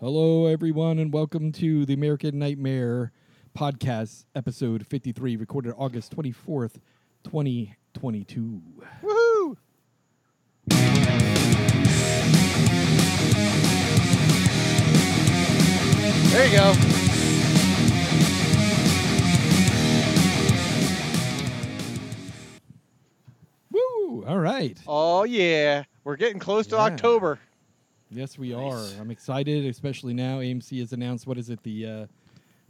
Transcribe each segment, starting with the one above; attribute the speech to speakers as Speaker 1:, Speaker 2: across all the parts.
Speaker 1: Hello, everyone, and welcome to the American Nightmare podcast, episode 53, recorded August 24th, 2022.
Speaker 2: Woohoo! There you go.
Speaker 1: Woo! All right.
Speaker 2: Oh yeah, we're getting close to
Speaker 1: Yeah.
Speaker 2: October.
Speaker 1: Yes, we
Speaker 2: Nice.
Speaker 1: are. I'm excited, especially now. AMC has announced, what is it, the. Uh,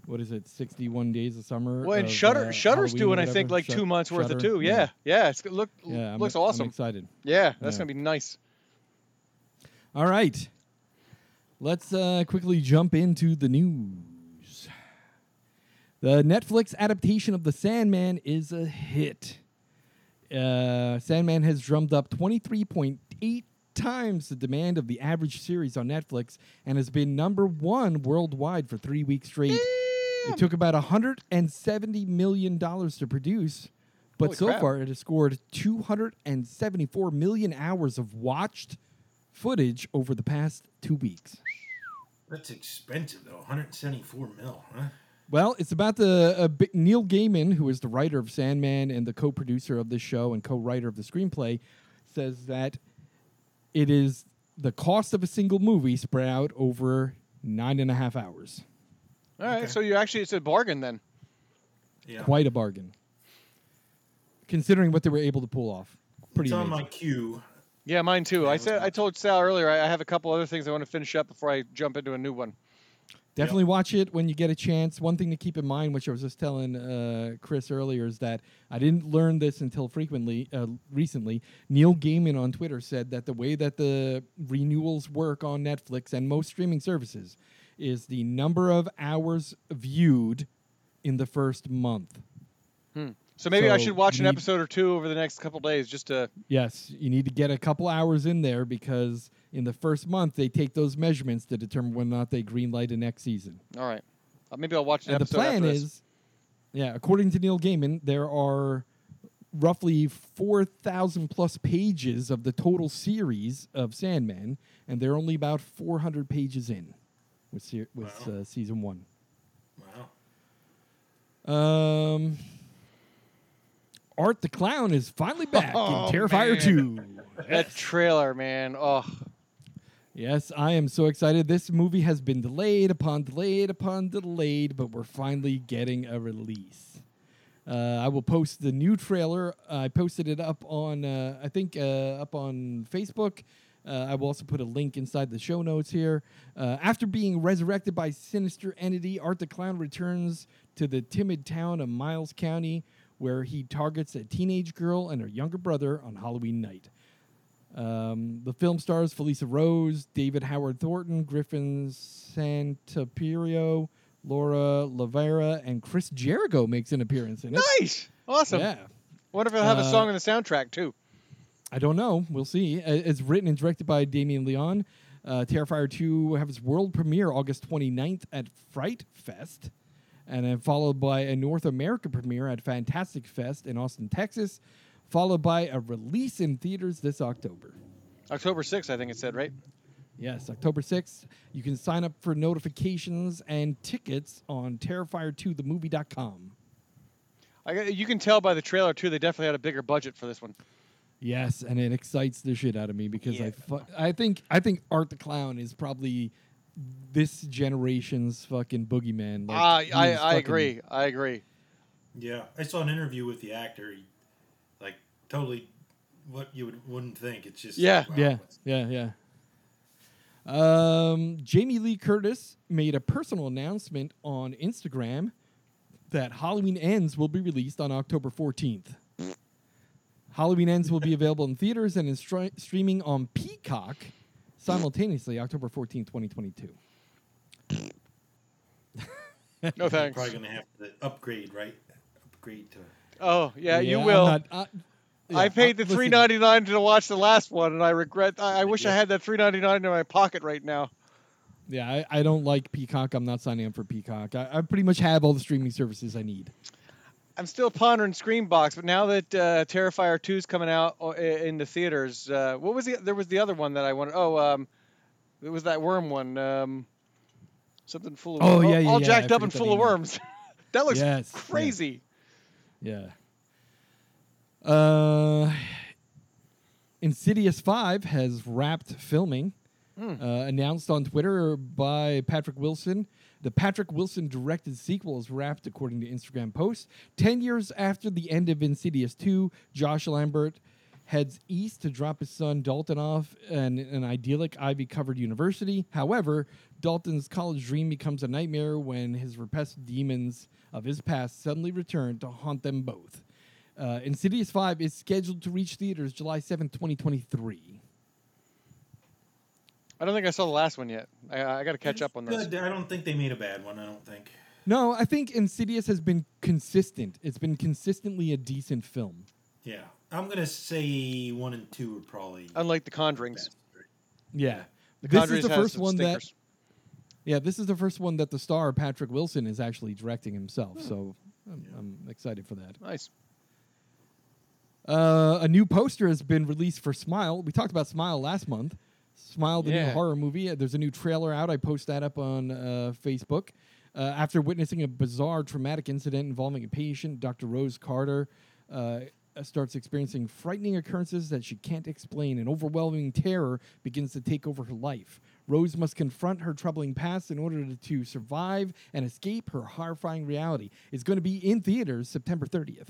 Speaker 1: what is it? Sixty-one days of summer.
Speaker 2: Well, and
Speaker 1: of,
Speaker 2: Shutter
Speaker 1: uh,
Speaker 2: Shutter's
Speaker 1: Halloween or
Speaker 2: doing, I
Speaker 1: whatever.
Speaker 2: think, like
Speaker 1: Shut-
Speaker 2: two months worth of
Speaker 1: Shutter?
Speaker 2: two. Yeah, yeah. It's it's look
Speaker 1: yeah. I'm-
Speaker 2: looks
Speaker 1: I'm
Speaker 2: awesome.
Speaker 1: excited.
Speaker 2: yeah, that's
Speaker 1: yeah.
Speaker 2: gonna be nice.
Speaker 1: All right. Let's uh, quickly jump into the news. The Netflix adaptation of The Sandman is a hit. Uh, Sandman has drummed up 23.8 times the demand of the average series on Netflix and has been number one worldwide for three weeks straight. It took about $170 million to produce, but
Speaker 2: Holy
Speaker 1: so
Speaker 2: crap.
Speaker 1: far it has scored 274 million hours of watched footage over the past two weeks.
Speaker 3: That's expensive though. 174 mil, huh?
Speaker 1: Well, it's about the uh, bi- Neil Gaiman, who is the writer of Sandman and the co-producer of this show and co-writer of the screenplay, says that it is the cost of a single movie spread out over nine and a half hours.
Speaker 2: All right,
Speaker 3: Okay.
Speaker 2: so you actually it's a bargain then.
Speaker 3: Yeah.
Speaker 1: Quite a bargain, considering what they were able to pull off. Pretty
Speaker 3: it's on my
Speaker 1: amazing.
Speaker 3: queue.
Speaker 2: Yeah, mine too.
Speaker 3: Yeah,
Speaker 2: I
Speaker 3: it was
Speaker 2: said I
Speaker 3: nice.
Speaker 2: told Sal earlier I I have a couple other things I want to finish up before I jump into a new one.
Speaker 1: Definitely watch it when you get a chance. One thing to keep in mind, which I was just telling uh, Chris earlier, is that I didn't learn this until frequently uh, recently. Neil Gaiman on Twitter said that the way that the renewals work on Netflix and most streaming services is the number of hours viewed in the first month.
Speaker 2: So maybe I
Speaker 1: So
Speaker 2: should watch an
Speaker 1: we-
Speaker 2: episode or two over the next couple days just to.
Speaker 1: Yes, you need to get a couple hours in there because in the first month they take those measurements to determine whether or not they greenlight a next season.
Speaker 2: All right, Uh, maybe I'll watch an
Speaker 1: and the
Speaker 2: episode.
Speaker 1: plan
Speaker 2: after this.
Speaker 1: is, yeah, according to Neil Gaiman, there are roughly 4,000 plus pages of the total series of Sandman, and they're only about 400 pages in with, ser- with
Speaker 3: Wow.
Speaker 1: uh, season one.
Speaker 3: Wow.
Speaker 1: Um, Art the Clown is finally back
Speaker 2: Oh,
Speaker 1: in Terrifier
Speaker 2: man.
Speaker 1: 2.
Speaker 2: that trailer, man. Oh,
Speaker 1: Yes, I am so excited. This movie has been delayed upon delayed upon delayed, but we're finally getting a release. Uh, I will post the new trailer. I posted it up on, uh, I think, uh, up on Facebook. Uh, I will also put a link inside the show notes here. Uh, after being resurrected by sinister entity, Art the Clown returns to the timid town of Miles County, where he targets a teenage girl and her younger brother on Halloween night. Um, the film stars Felisa Rose, David Howard Thornton, Griffin Santapirio, Laura Lavera, and Chris Jericho makes an appearance in it.
Speaker 2: nice, awesome.
Speaker 1: Yeah.
Speaker 2: Wonder if it'll have a
Speaker 1: Uh,
Speaker 2: song in the soundtrack too.
Speaker 1: I don't know. We'll see. Uh, It's written and directed by Damien Leon. Uh, Terrifier 2 will have its world premiere August 29th at Fright Fest, and then followed by a North America premiere at Fantastic Fest in Austin, Texas, followed by a release in theaters this October.
Speaker 2: October 6th, I think it said, right?
Speaker 1: Yes, October 6th. You can sign up for notifications and tickets on terrifier2themovie.com.
Speaker 2: I, got- you can tell by the trailer too. They definitely had a bigger budget for this one.
Speaker 1: Yes, and it excites the shit out of me because I
Speaker 3: Yeah.
Speaker 1: fu- I think I think Art the Clown is probably this generation's fucking boogeyman. Like,
Speaker 2: Ah,
Speaker 1: he
Speaker 2: I,
Speaker 1: is
Speaker 2: I
Speaker 1: fucking-
Speaker 2: agree. I agree.
Speaker 3: Yeah. I saw an interview with the actor. He, like totally what you would, wouldn't think. It's just
Speaker 2: Yeah.
Speaker 3: wow.
Speaker 1: Yeah, yeah, yeah. Um, Jamie Lee Curtis made a personal announcement on Instagram that Halloween Ends will be released on October 14th. Halloween Ends will be available in theaters and in stri- streaming on Peacock simultaneously October 14th, 2022.
Speaker 2: No
Speaker 3: You're
Speaker 2: thanks.
Speaker 3: probably going to have to upgrade, right? Upgrade to
Speaker 2: Oh yeah, you
Speaker 1: I'm
Speaker 2: will.
Speaker 1: not- I, yeah, uh,
Speaker 2: I paid the
Speaker 1: listen,
Speaker 2: three ninety nine to watch the last one, and I regret. I, I wish I
Speaker 3: Yeah.
Speaker 2: had that three ninety nine in my pocket right now.
Speaker 1: Yeah, I, I don't like Peacock. I'm not signing up for Peacock. I, I pretty much have all the streaming services I need.
Speaker 2: I'm still pondering Screenbox, but now that uh, Terrifier 2's coming out uh, in the theaters, uh, what was the? There was the other one that I wanted. Oh, um, it was that worm one. Um, Something full of
Speaker 1: Oh, yeah,
Speaker 2: all-
Speaker 1: yeah,
Speaker 2: all
Speaker 1: yeah,
Speaker 2: jacked
Speaker 1: I
Speaker 2: up and
Speaker 1: forgot that
Speaker 2: full of
Speaker 1: email.
Speaker 2: worms. that looks
Speaker 1: Yes, yeah.
Speaker 2: crazy.
Speaker 1: Yeah. Uh, Insidious 5 has wrapped filming. Uh, announced on Twitter by Patrick Wilson. The Patrick Wilson directed sequel is wrapped, according to Instagram posts. Ten years after the end of Insidious 2, Josh Lambert heads east to drop his son Dalton off in an idyllic ivy covered university. However, Dalton's college dream becomes a nightmare when his repressed demons of his past suddenly return to haunt them both. Uh, Insidious 5 is scheduled to reach theaters July seventh, 2023.
Speaker 2: I don't think I saw the last one yet. I, I got to catch up on this.
Speaker 3: Good. I don't think they made a bad one. I don't think.
Speaker 1: No, I think Insidious has been consistent. It's been consistently a decent film.
Speaker 3: Yeah, I'm gonna say one and two are probably.
Speaker 2: Unlike the Conjurings,
Speaker 1: Yeah.
Speaker 2: the
Speaker 1: this
Speaker 2: Conjurings
Speaker 1: is the
Speaker 2: has
Speaker 1: first
Speaker 2: some
Speaker 1: one
Speaker 2: stinkers.
Speaker 1: that Yeah, this is the first one that the star Patrick Wilson is actually directing himself. So I'm, I'm excited for that.
Speaker 2: nice.
Speaker 1: Uh, a new poster has been released for Smile. We talked about Smile last month. Smile, the new
Speaker 2: Yeah.
Speaker 1: horror movie. Uh, There's a new trailer out. I post that up on uh, Facebook. Uh, after witnessing a bizarre traumatic incident involving a patient, Dr. Rose Carter uh, starts experiencing frightening occurrences that she can't explain, and overwhelming terror begins to take over her life. Rose must confront her troubling past in order to, to survive and escape her horrifying reality. It's going to be in theaters September 30th.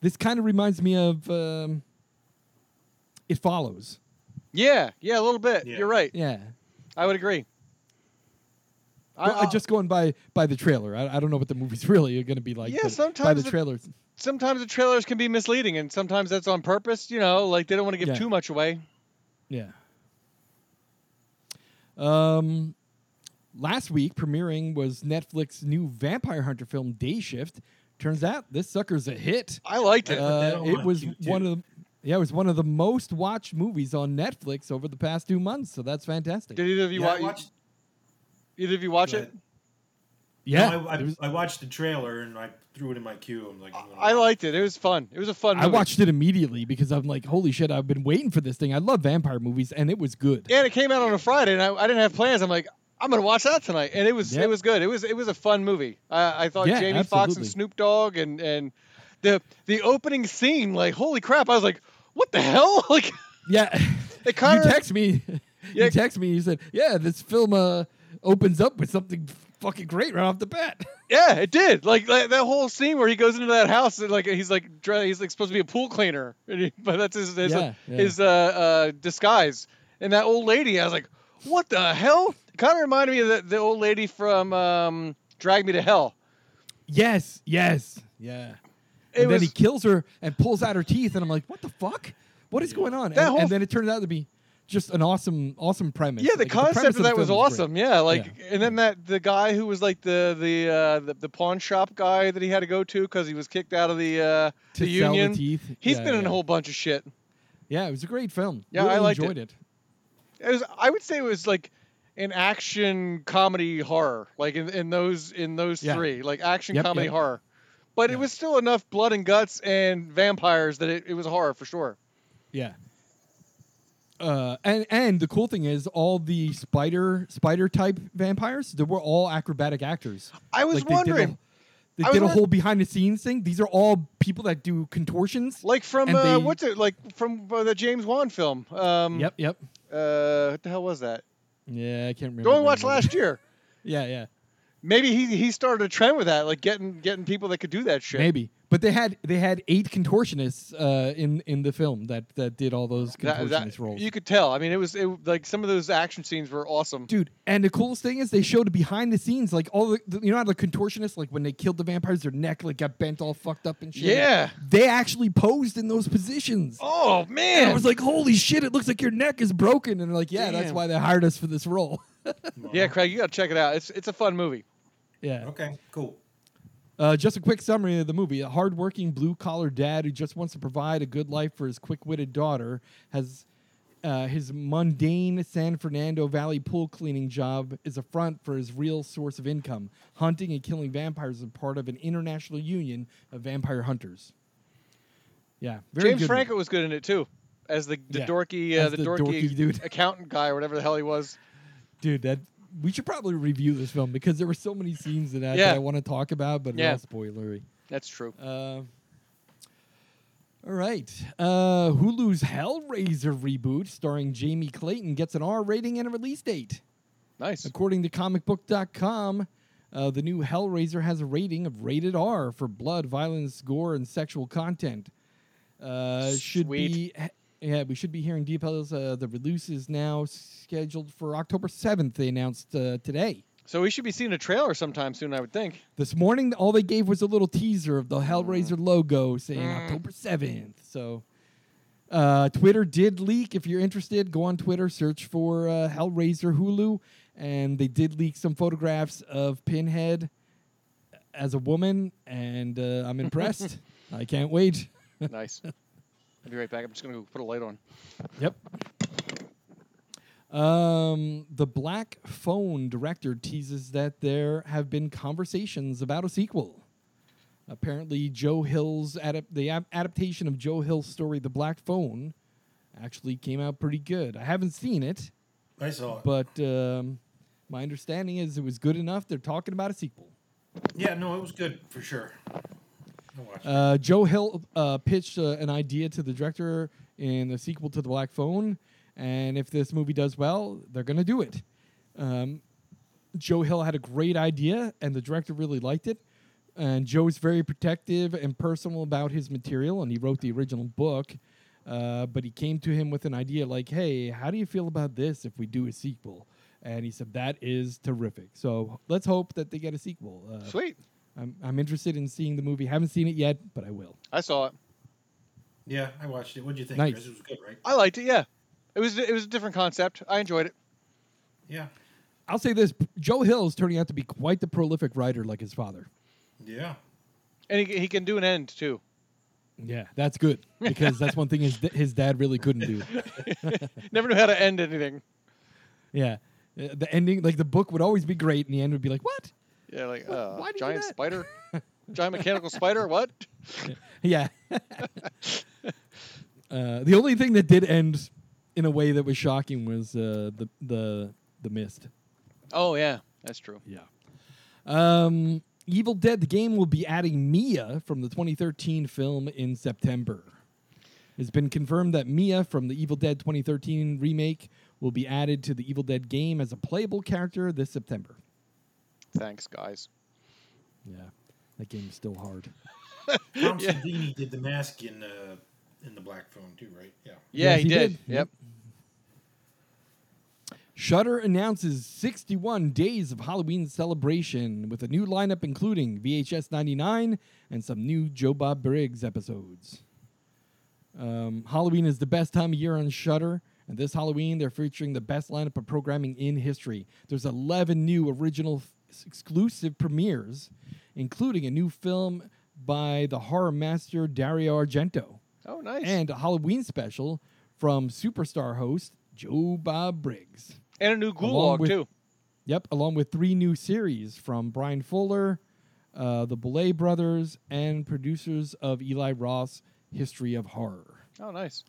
Speaker 1: This kind of reminds me of um, It Follows.
Speaker 2: Yeah, yeah, a little bit.
Speaker 3: Yeah.
Speaker 2: You're right.
Speaker 1: Yeah.
Speaker 2: I would agree. I,
Speaker 1: Well, I,
Speaker 2: I-
Speaker 1: uh,
Speaker 2: uh,
Speaker 1: just going by by the trailer. I, I don't know what the movie's really going to be like.
Speaker 2: Yeah,
Speaker 1: but by
Speaker 2: sometimes
Speaker 1: the
Speaker 2: it-
Speaker 1: trailers.
Speaker 2: sometimes the trailers can be misleading, and sometimes that's on purpose. You know, like they don't want to give
Speaker 1: Yeah.
Speaker 2: too much away.
Speaker 1: Yeah. Um, last week premiering was Netflix's new Vampire Hunter film Day Shift. Turns out this sucker's a hit.
Speaker 2: I liked it.
Speaker 3: Uh, that
Speaker 1: Uh,
Speaker 3: on
Speaker 1: it
Speaker 3: my
Speaker 1: was
Speaker 3: queue, too.
Speaker 1: one of the yeah, it was one of the most watched movies on Netflix over the past two months. So that's fantastic.
Speaker 2: Did either of you
Speaker 3: Yeah, I
Speaker 2: watch?
Speaker 3: watched.
Speaker 2: Either of you watch
Speaker 3: Go
Speaker 2: it?
Speaker 3: ahead.
Speaker 1: yeah,
Speaker 3: No, I,
Speaker 1: it
Speaker 3: I,
Speaker 1: was-
Speaker 3: I watched the trailer and I threw it in my queue. I'm like, I'm gonna
Speaker 2: I
Speaker 3: watch
Speaker 2: liked it. It was fun. It was a fun.
Speaker 1: I
Speaker 2: Movie.
Speaker 1: watched it immediately because I'm like, holy shit, I've been waiting for this thing. I love vampire movies, and it was good.
Speaker 2: and it came out on a Friday, and I, I didn't have plans. I'm like, I'm gonna watch that tonight, and it was
Speaker 1: Yep.
Speaker 2: it was good. It was it was a fun movie. I, I thought
Speaker 1: Yeah,
Speaker 2: Jamie Foxx and
Speaker 1: absolutely.
Speaker 2: Snoop Dogg and and the the opening scene, like holy crap! I was like, what the hell? Like
Speaker 1: Yeah,
Speaker 2: it kind
Speaker 1: you
Speaker 2: of
Speaker 1: text me.
Speaker 2: Yeah.
Speaker 1: You text me. You said, "Yeah, this film uh, opens up with something fucking great right off the bat."
Speaker 2: yeah, it did. Like, like that whole scene where he goes into that house and like he's like dre- he's like supposed to be a pool cleaner, and he, but that's his his,
Speaker 1: Yeah, yeah.
Speaker 2: his uh, uh, disguise. And that old lady, I was like, what the hell? Kind of reminded me of the, the old lady from um, Drag Me to Hell.
Speaker 1: yes, yes, yeah.
Speaker 2: It
Speaker 1: and then
Speaker 2: was-
Speaker 1: he kills her and pulls out her teeth, and I'm like, "What the fuck? What is
Speaker 3: Yeah.
Speaker 1: going on?"
Speaker 2: That
Speaker 1: and,
Speaker 2: whole-
Speaker 1: and then it turned out to be just an awesome, awesome premise.
Speaker 2: Yeah, the
Speaker 1: Like, premise
Speaker 2: concept of
Speaker 1: the
Speaker 2: that was
Speaker 1: film is great.
Speaker 2: awesome. Yeah, like and then that the guy who was like the the uh, the, the pawn shop guy that he had to go to because he was kicked out of the uh,
Speaker 1: To
Speaker 2: the
Speaker 1: sell
Speaker 2: union.
Speaker 1: the
Speaker 2: He's
Speaker 1: teeth. yeah,
Speaker 2: been in
Speaker 1: yeah.
Speaker 2: a whole bunch of shit.
Speaker 1: Yeah, it was a great film.
Speaker 2: Yeah, I
Speaker 1: really
Speaker 2: liked it.
Speaker 1: enjoyed it.
Speaker 2: It was I would say it was like an action comedy horror, like in, in those in those
Speaker 1: Yeah.
Speaker 2: three, like action
Speaker 1: Yep,
Speaker 2: comedy
Speaker 1: yep.
Speaker 2: horror. But
Speaker 1: Yeah.
Speaker 2: it was still enough blood and guts and vampires that it, it was horror for sure.
Speaker 1: Yeah. Uh, and and the cool thing is, all the spider spider type vampires, they were all acrobatic actors.
Speaker 2: I was
Speaker 1: Like, they did a-
Speaker 2: wondering,
Speaker 1: They
Speaker 2: I
Speaker 1: did
Speaker 2: was
Speaker 1: a
Speaker 2: wonder-
Speaker 1: whole behind the scenes thing. These are all people that do contortions.
Speaker 2: like from
Speaker 1: and
Speaker 2: uh,
Speaker 1: they-
Speaker 2: what's it like from uh, the James Wan film? Um,
Speaker 1: Yep, yep.
Speaker 2: Uh, what the hell was that?
Speaker 1: Yeah, I can't remember.
Speaker 2: Go
Speaker 1: the
Speaker 2: and watch
Speaker 1: name of it.
Speaker 2: last year.
Speaker 1: Yeah, yeah.
Speaker 2: Maybe he he started a trend with that, like getting getting people that could do that shit.
Speaker 1: Maybe, but they had they had eight contortionists uh, in in the film that that did all those
Speaker 2: That-
Speaker 1: contortionist
Speaker 2: that-
Speaker 1: roles.
Speaker 2: you could tell. I mean, it was it, like some of those action scenes were awesome.
Speaker 1: Dude, and the coolest thing is they showed behind the scenes, like all the, the- you know how the contortionists, like when they killed the vampires, their neck like got bent all fucked up and shit.
Speaker 2: Yeah.
Speaker 1: they actually posed in those positions.
Speaker 2: Oh
Speaker 1: And
Speaker 2: man,
Speaker 1: I was like, holy shit, it looks like your neck is broken. And they're like, yeah, that's
Speaker 2: Damn.
Speaker 1: why they hired us for this role.
Speaker 3: it.
Speaker 2: yeah, Craig, you gotta check it out. It's it's a fun movie.
Speaker 1: yeah.
Speaker 3: Okay. Cool.
Speaker 1: Uh, just a quick summary of the movie. A hardworking blue collar dad who just wants to provide a good life for his quick witted daughter has uh, his mundane San Fernando Valley pool cleaning job is a front for his real source of income. Hunting and killing vampires is part of an international union of vampire hunters. Yeah. Very
Speaker 2: James
Speaker 1: good
Speaker 2: Franco was good in it too, as the, the
Speaker 1: Yeah,
Speaker 2: dorky uh,
Speaker 1: as
Speaker 2: the,
Speaker 1: the
Speaker 2: dorky,
Speaker 1: dorky dude.
Speaker 2: accountant guy or whatever the hell he was.
Speaker 1: dude, that we should probably review this film because there were so many scenes in that,
Speaker 2: Yeah.
Speaker 1: that I want to talk about, but
Speaker 2: Yeah.
Speaker 1: it's all spoilery.
Speaker 2: That's true.
Speaker 1: Uh, all right. Uh, Hulu's Hellraiser reboot starring Jamie Clayton gets an R rating and a release date.
Speaker 2: Nice.
Speaker 1: According to comicbook.com, uh, the new Hellraiser has a rating of rated R for blood, violence, gore, and sexual content. Uh, should be
Speaker 2: Sweet.
Speaker 1: yeah, we should be hearing details. Uh, the release is now scheduled for October seventh. They announced uh, today.
Speaker 2: So we should be seeing a trailer sometime soon, I would think.
Speaker 1: This morning, all they gave was a little teaser of the Hellraiser logo saying
Speaker 2: Mm.
Speaker 1: October 7th. So, uh, Twitter did leak. If you're interested, go on Twitter, search for uh, Hellraiser Hulu. And they did leak some photographs of Pinhead as a woman. And uh, I'm impressed. I can't wait.
Speaker 2: Nice. I'll be right back. I'm just gonna go put a light on.
Speaker 1: Yep. Um, the Black Phone director teases that there have been conversations about a sequel. Apparently, Joe Hill's adap- the ap- adaptation of Joe Hill's story, The Black Phone, actually came out pretty good. I haven't seen it,
Speaker 3: I saw it.
Speaker 1: but um, my understanding is it was good enough. They're talking about a sequel.
Speaker 3: yeah, no, it was good for sure. I watched it.
Speaker 1: Uh, Joe Hill uh, pitched uh, an idea to the director in the sequel to The Black Phone, and if this movie does well, they're going to do it. Um, Joe Hill had a great idea, and the director really liked it. And Joe's very protective and personal about his material, and he wrote the original book. Uh, but he came to him with an idea like, "Hey, how do you feel about this if we do a sequel?" And he said, "That is terrific." So let's hope that they get a sequel. Uh,
Speaker 2: Sweet.
Speaker 1: I'm, I'm interested in seeing the movie. Haven't seen it yet, but I will.
Speaker 2: I saw it.
Speaker 3: yeah, I watched it. What would you think?
Speaker 1: Nice.
Speaker 3: Chris? It was good, right?
Speaker 2: I liked it. Yeah. It was it was a different concept. I enjoyed it.
Speaker 3: Yeah,
Speaker 1: I'll say this: Joe Hill is turning out to be quite the prolific writer, like his father.
Speaker 3: yeah.
Speaker 2: And he, he can do an end too.
Speaker 1: Yeah, that's good because that's one thing his his dad really couldn't do.
Speaker 2: Never knew how to end anything.
Speaker 1: Yeah, Uh, the ending, like the book, would always be great, and the end would be like, "What?"
Speaker 2: Yeah, like
Speaker 1: Wha-
Speaker 2: uh,
Speaker 1: why did you
Speaker 2: giant
Speaker 1: do that?
Speaker 2: spider, giant mechanical spider. What?
Speaker 1: Yeah. uh, the only thing that did end in a way that was shocking was uh, the the the mist.
Speaker 2: Oh yeah, that's true.
Speaker 1: Yeah. Um, Evil Dead, the game, will be adding Mia from the 2013 film in September. It's been confirmed that Mia from the Evil Dead 2013 remake will be added to the Evil Dead game as a playable character this September.
Speaker 2: Thanks, guys.
Speaker 1: Yeah, that game is still hard.
Speaker 3: Tom Savini did the mask in uh, in the Black Phone too, right? Yeah.
Speaker 2: Yeah,
Speaker 1: Yes,
Speaker 2: he,
Speaker 1: he
Speaker 2: did.
Speaker 1: did.
Speaker 2: Yep.
Speaker 1: Shudder announces 61 days of Halloween celebration with a new lineup including VHS 99 and some new Joe Bob Briggs episodes. Um, Halloween is the best time of year on Shudder, and this Halloween they're featuring the best lineup of programming in history. There's 11 new original f- exclusive premieres, including a new film by the horror master Dario Argento
Speaker 2: Oh, nice. And,
Speaker 1: and a Halloween special from superstar host Joe Bob Briggs.
Speaker 2: a new
Speaker 1: along
Speaker 2: gulag
Speaker 1: with-
Speaker 2: too.
Speaker 1: Yep, along with three new series from Brian Fuller, uh, the Belay brothers, and producers of Eli Roth's History of Horror.
Speaker 2: Oh, nice.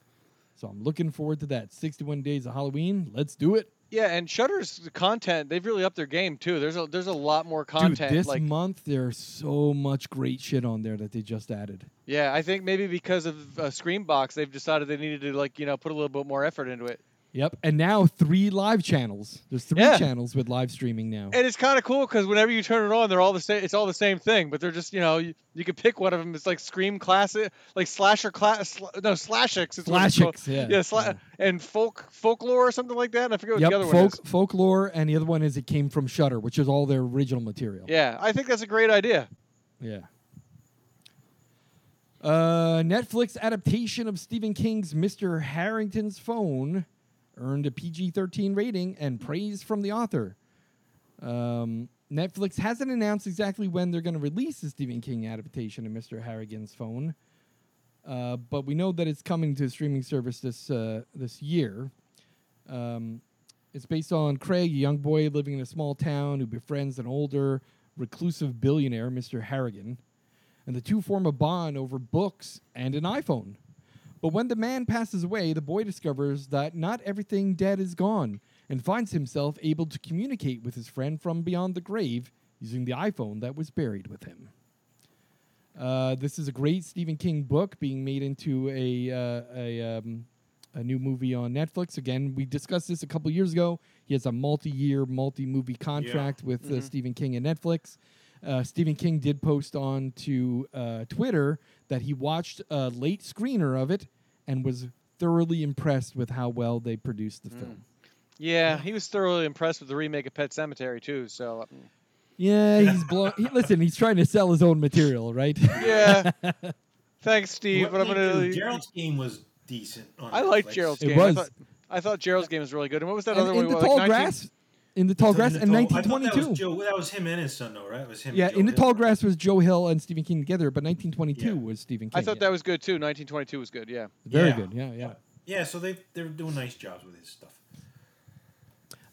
Speaker 1: So I'm looking forward to that. 61 Days of Halloween. Let's do it.
Speaker 2: Yeah, and Shutter's content, they've really upped their game too. There's a there's a lot more content.
Speaker 1: Dude, this
Speaker 2: like
Speaker 1: month there's so much great shit on there that they just added.
Speaker 2: yeah, I think maybe because of uh, Screenbox, they've decided they needed to like you know put a little bit more effort into it.
Speaker 1: Yep, and now three live channels. There's three
Speaker 2: Yeah.
Speaker 1: channels with live streaming now.
Speaker 2: And it's kind of cool because whenever you turn it on, they're all the same. It's all the same thing, but they're just you know you, you could pick one of them. It's like Scream classic, like slasher class, sl- no slashix. It's what it's called.
Speaker 1: Slashix, yeah,
Speaker 2: yeah, sla- and folk folklore or something like that. And I forget what
Speaker 1: yep,
Speaker 2: the other one is.
Speaker 1: folk, folklore, and the other one is it came from Shutter, which is all their original material.
Speaker 2: Yeah, I think that's a great idea.
Speaker 1: Yeah. Uh, Netflix adaptation of Stephen King's Mr. Harrington's Phone earned a PG 13 rating and praise from the author. Um, Netflix hasn't announced exactly when they're going to release the Stephen King adaptation of Mr. Harrigan's Phone, uh, but we know that it's coming to the streaming service this uh, this year. Um, it's based on Craig, a young boy living in a small town who befriends an older, reclusive billionaire, Mr. Harrigan, and the two form a bond over books and an iPhone. But when the man passes away, the boy discovers that not everything dead is gone, and finds himself able to communicate with his friend from beyond the grave using the iPhone that was buried with him. Uh, this is a great Stephen King book being made into a uh, a, um, a new movie on Netflix. Again, we discussed this a couple years ago. He has a multi-year, multi-movie contract with
Speaker 3: Mm-hmm.
Speaker 1: uh, Stephen King and Netflix. Uh, Stephen King did post on to uh, Twitter that he watched a late screener of it and was thoroughly impressed with how well they produced
Speaker 3: Mm.
Speaker 1: the film.
Speaker 2: Yeah, he was thoroughly impressed with the remake of Pet Cemetery too. So um,
Speaker 1: Yeah, he's blown. he, listen, he's trying to sell his own material, right?
Speaker 2: yeah, thanks, Steve.
Speaker 3: What
Speaker 2: But I'm
Speaker 3: they
Speaker 2: gonna.
Speaker 3: do- Gerald's game was decent. On
Speaker 2: I liked
Speaker 3: Netflix.
Speaker 2: Gerald's
Speaker 1: It
Speaker 2: game.
Speaker 1: was.
Speaker 2: I, thought, I thought Gerald's game was really good. And what was that
Speaker 1: And
Speaker 2: other
Speaker 1: in
Speaker 2: one?
Speaker 1: the
Speaker 2: Like
Speaker 1: tall
Speaker 2: 19
Speaker 1: grass, in the tall grass,
Speaker 3: In the
Speaker 1: and
Speaker 3: tall- I thought That was,
Speaker 1: 1922.
Speaker 3: Joe, that was him and his son, though, right? It was him.
Speaker 1: Yeah,
Speaker 3: and Joe
Speaker 1: in the
Speaker 3: Hill.
Speaker 1: tall grass was Joe Hill and Stephen King together, but 1922
Speaker 3: Yeah.
Speaker 1: was Stephen King.
Speaker 2: I thought that was good too. 1922 was good. Yeah.
Speaker 1: very
Speaker 3: Yeah.
Speaker 1: good. Yeah, yeah.
Speaker 3: Yeah, so they they're doing nice jobs with his stuff.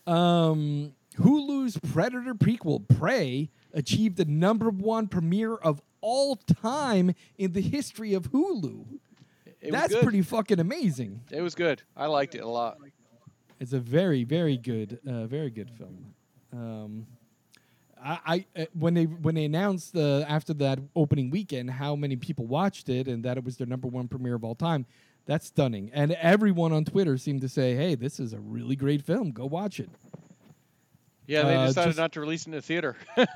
Speaker 1: Um, Hulu's Predator prequel, Prey, achieved the number one premiere of all time in the history of Hulu.
Speaker 2: It
Speaker 1: That's
Speaker 2: was good.
Speaker 1: pretty fucking amazing.
Speaker 2: It was good. I liked it a lot.
Speaker 1: It's a very, very good, uh, very good film. Um, I, I uh, when they when they announced the after that opening weekend how many people watched it and that it was their number one premiere of all time, that's stunning. And everyone on Twitter seemed to say, "Hey, this is a really great film. Go watch it."
Speaker 2: Yeah, they
Speaker 1: Uh,
Speaker 2: decided
Speaker 1: just-
Speaker 2: not to release it in the theater.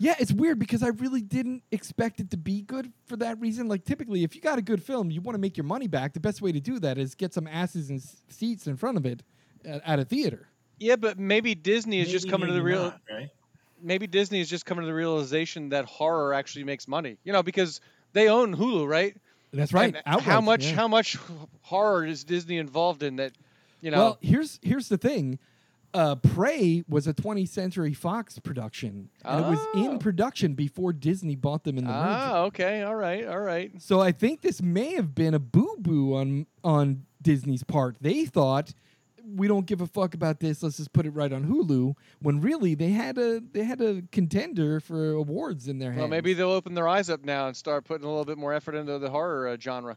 Speaker 1: Yeah, it's weird because I really didn't expect it to be good for that reason. Like typically, if you got a good film, you want to make your money back. The best way to do that is get some asses and s- seats in front of it at, at a theater.
Speaker 2: yeah, but maybe Disney is just
Speaker 3: Maybe,
Speaker 2: coming to the
Speaker 3: maybe
Speaker 2: real.
Speaker 3: not, right?
Speaker 2: Maybe Disney is just coming to the realization that horror actually makes money. You know, because they own Hulu, right?
Speaker 1: That's right.
Speaker 2: And how
Speaker 1: outright,
Speaker 2: much?
Speaker 1: yeah.
Speaker 2: How much horror is Disney involved in that? You know.
Speaker 1: Well, here's here's the thing. Uh, Prey was a 20th Century Fox production, and it was in
Speaker 2: Oh.
Speaker 1: production before Disney bought them in the merger.
Speaker 2: ah, okay, all right, all right.
Speaker 1: So I think this may have been a boo boo on on Disney's part. They thought we don't give a fuck about this. Let's just put it right on Hulu. When really they had a they had a contender for awards in their hands.
Speaker 2: Well, maybe they'll open their eyes up now and start putting a little bit more effort into the horror uh, genre.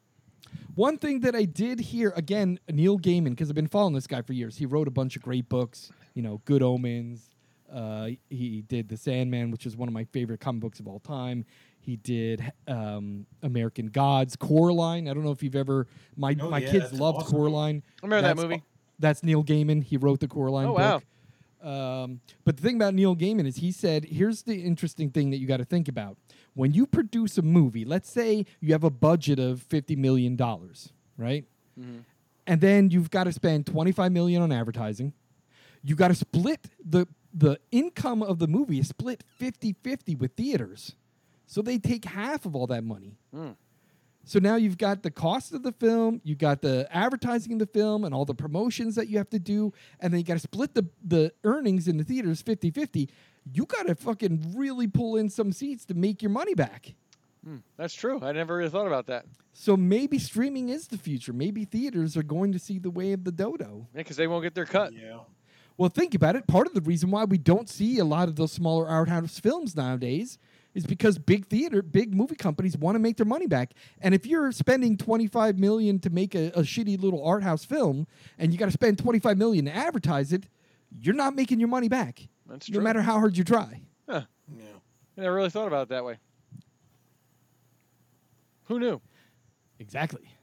Speaker 1: One thing that I did hear again, Neil Gaiman, because I've been following this guy for years. He wrote a bunch of great books, you know, Good Omens. Uh, he did The Sandman, which is one of my favorite comic books of all time. He did um, American Gods, Coraline. I don't know if you've ever. My
Speaker 3: Oh,
Speaker 1: my
Speaker 3: yeah,
Speaker 1: kids
Speaker 3: that's
Speaker 1: loved
Speaker 3: awesome.
Speaker 1: Coraline.
Speaker 2: I remember that
Speaker 1: That's-
Speaker 2: movie.
Speaker 1: That's Neil Gaiman. He wrote the Coraline
Speaker 2: Oh,
Speaker 1: book.
Speaker 2: wow.
Speaker 1: Um, but the thing about Neil Gaiman is he said, here's the interesting thing that you got to think about. When you produce a movie, let's say you have a budget of $50 million, right?
Speaker 2: Mm-hmm.
Speaker 1: And then you've got to spend 25 million on advertising. You got to split the the income of the movie is split 50-50 with theaters. So they take half of all that money. So now you've got the cost of the film, you got the advertising in the film, and all the promotions that you have to do, and then you got to split the, the earnings in the theaters 50 50. You got to fucking really pull in some seats to make your money back.
Speaker 2: That's true. I never really thought about that.
Speaker 1: So maybe streaming is the future. Maybe theaters are going to see the way of the dodo.
Speaker 2: Yeah, because they won't get their
Speaker 1: Uh,
Speaker 2: cut.
Speaker 3: Yeah.
Speaker 1: Well, think about it. Part of the reason why we don't see a lot of those smaller art house films nowadays is because big theater, big movie companies want to make their money back. And if you're spending 25 million to make a, a shitty little art house film and you got to spend 25 million to advertise it, you're not making your money back.
Speaker 2: That's
Speaker 1: no
Speaker 2: true.
Speaker 1: matter how hard you try.
Speaker 3: Yeah.
Speaker 2: I never really thought about it that way. Who knew?
Speaker 1: Exactly.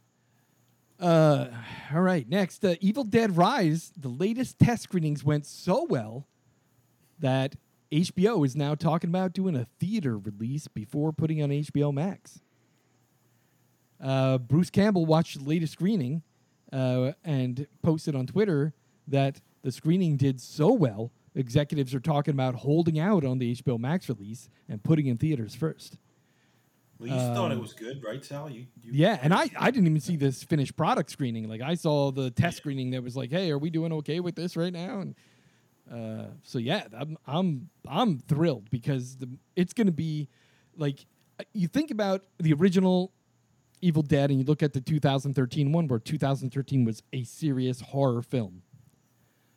Speaker 1: Uh, all right. Next, uh, Evil Dead Rise. The latest test screenings went so well that HBO is now talking about doing a theater release before putting on HBO Max. Uh, Bruce Campbell watched the latest screening uh, and posted on Twitter that the screening did so well, executives are talking about holding out on the HBO Max release and putting in theaters first.
Speaker 3: Well, you thought it
Speaker 1: Um,
Speaker 3: was good, right, Sal? You, you
Speaker 1: Yeah, and I, I didn't even see this finished product screening. Like I saw the test screening that was like, "Hey, are we doing okay with this right now?" And uh, so yeah, I'm I'm I'm thrilled because the, it's going to be like you think about the original Evil Dead and you look at the 2013 one where 2013 was a serious horror film.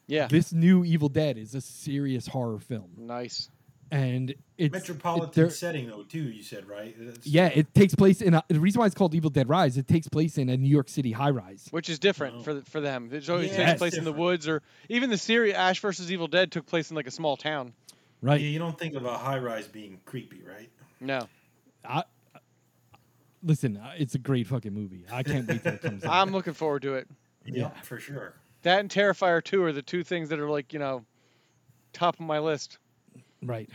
Speaker 2: Yeah.
Speaker 1: This new Evil Dead is a serious horror film.
Speaker 2: Nice.
Speaker 1: and it's it-
Speaker 3: Metropolitan
Speaker 1: there-
Speaker 3: setting though too. You said right? That's-
Speaker 1: yeah, it takes place in a, the reason why it's called Evil Dead Rise. It takes place in a New York City high rise.
Speaker 2: which is different
Speaker 3: Wow.
Speaker 2: for th- for them. It always
Speaker 3: Yeah,
Speaker 2: takes
Speaker 1: it's
Speaker 2: place in the
Speaker 3: different.
Speaker 2: woods, or even the series Ash versus Evil Dead took place in like a small town.
Speaker 3: Yeah,
Speaker 1: Right.
Speaker 3: you don't think about high rise being creepy, right?
Speaker 2: No,
Speaker 1: I, listen, uh, it's a great fucking movie. I can't wait till it comes out.
Speaker 2: I'm looking forward to it.
Speaker 1: Yeah.
Speaker 3: Yep, for sure.
Speaker 2: That and Terrifier 2 are the two things that are like you know top of my list.
Speaker 1: Right.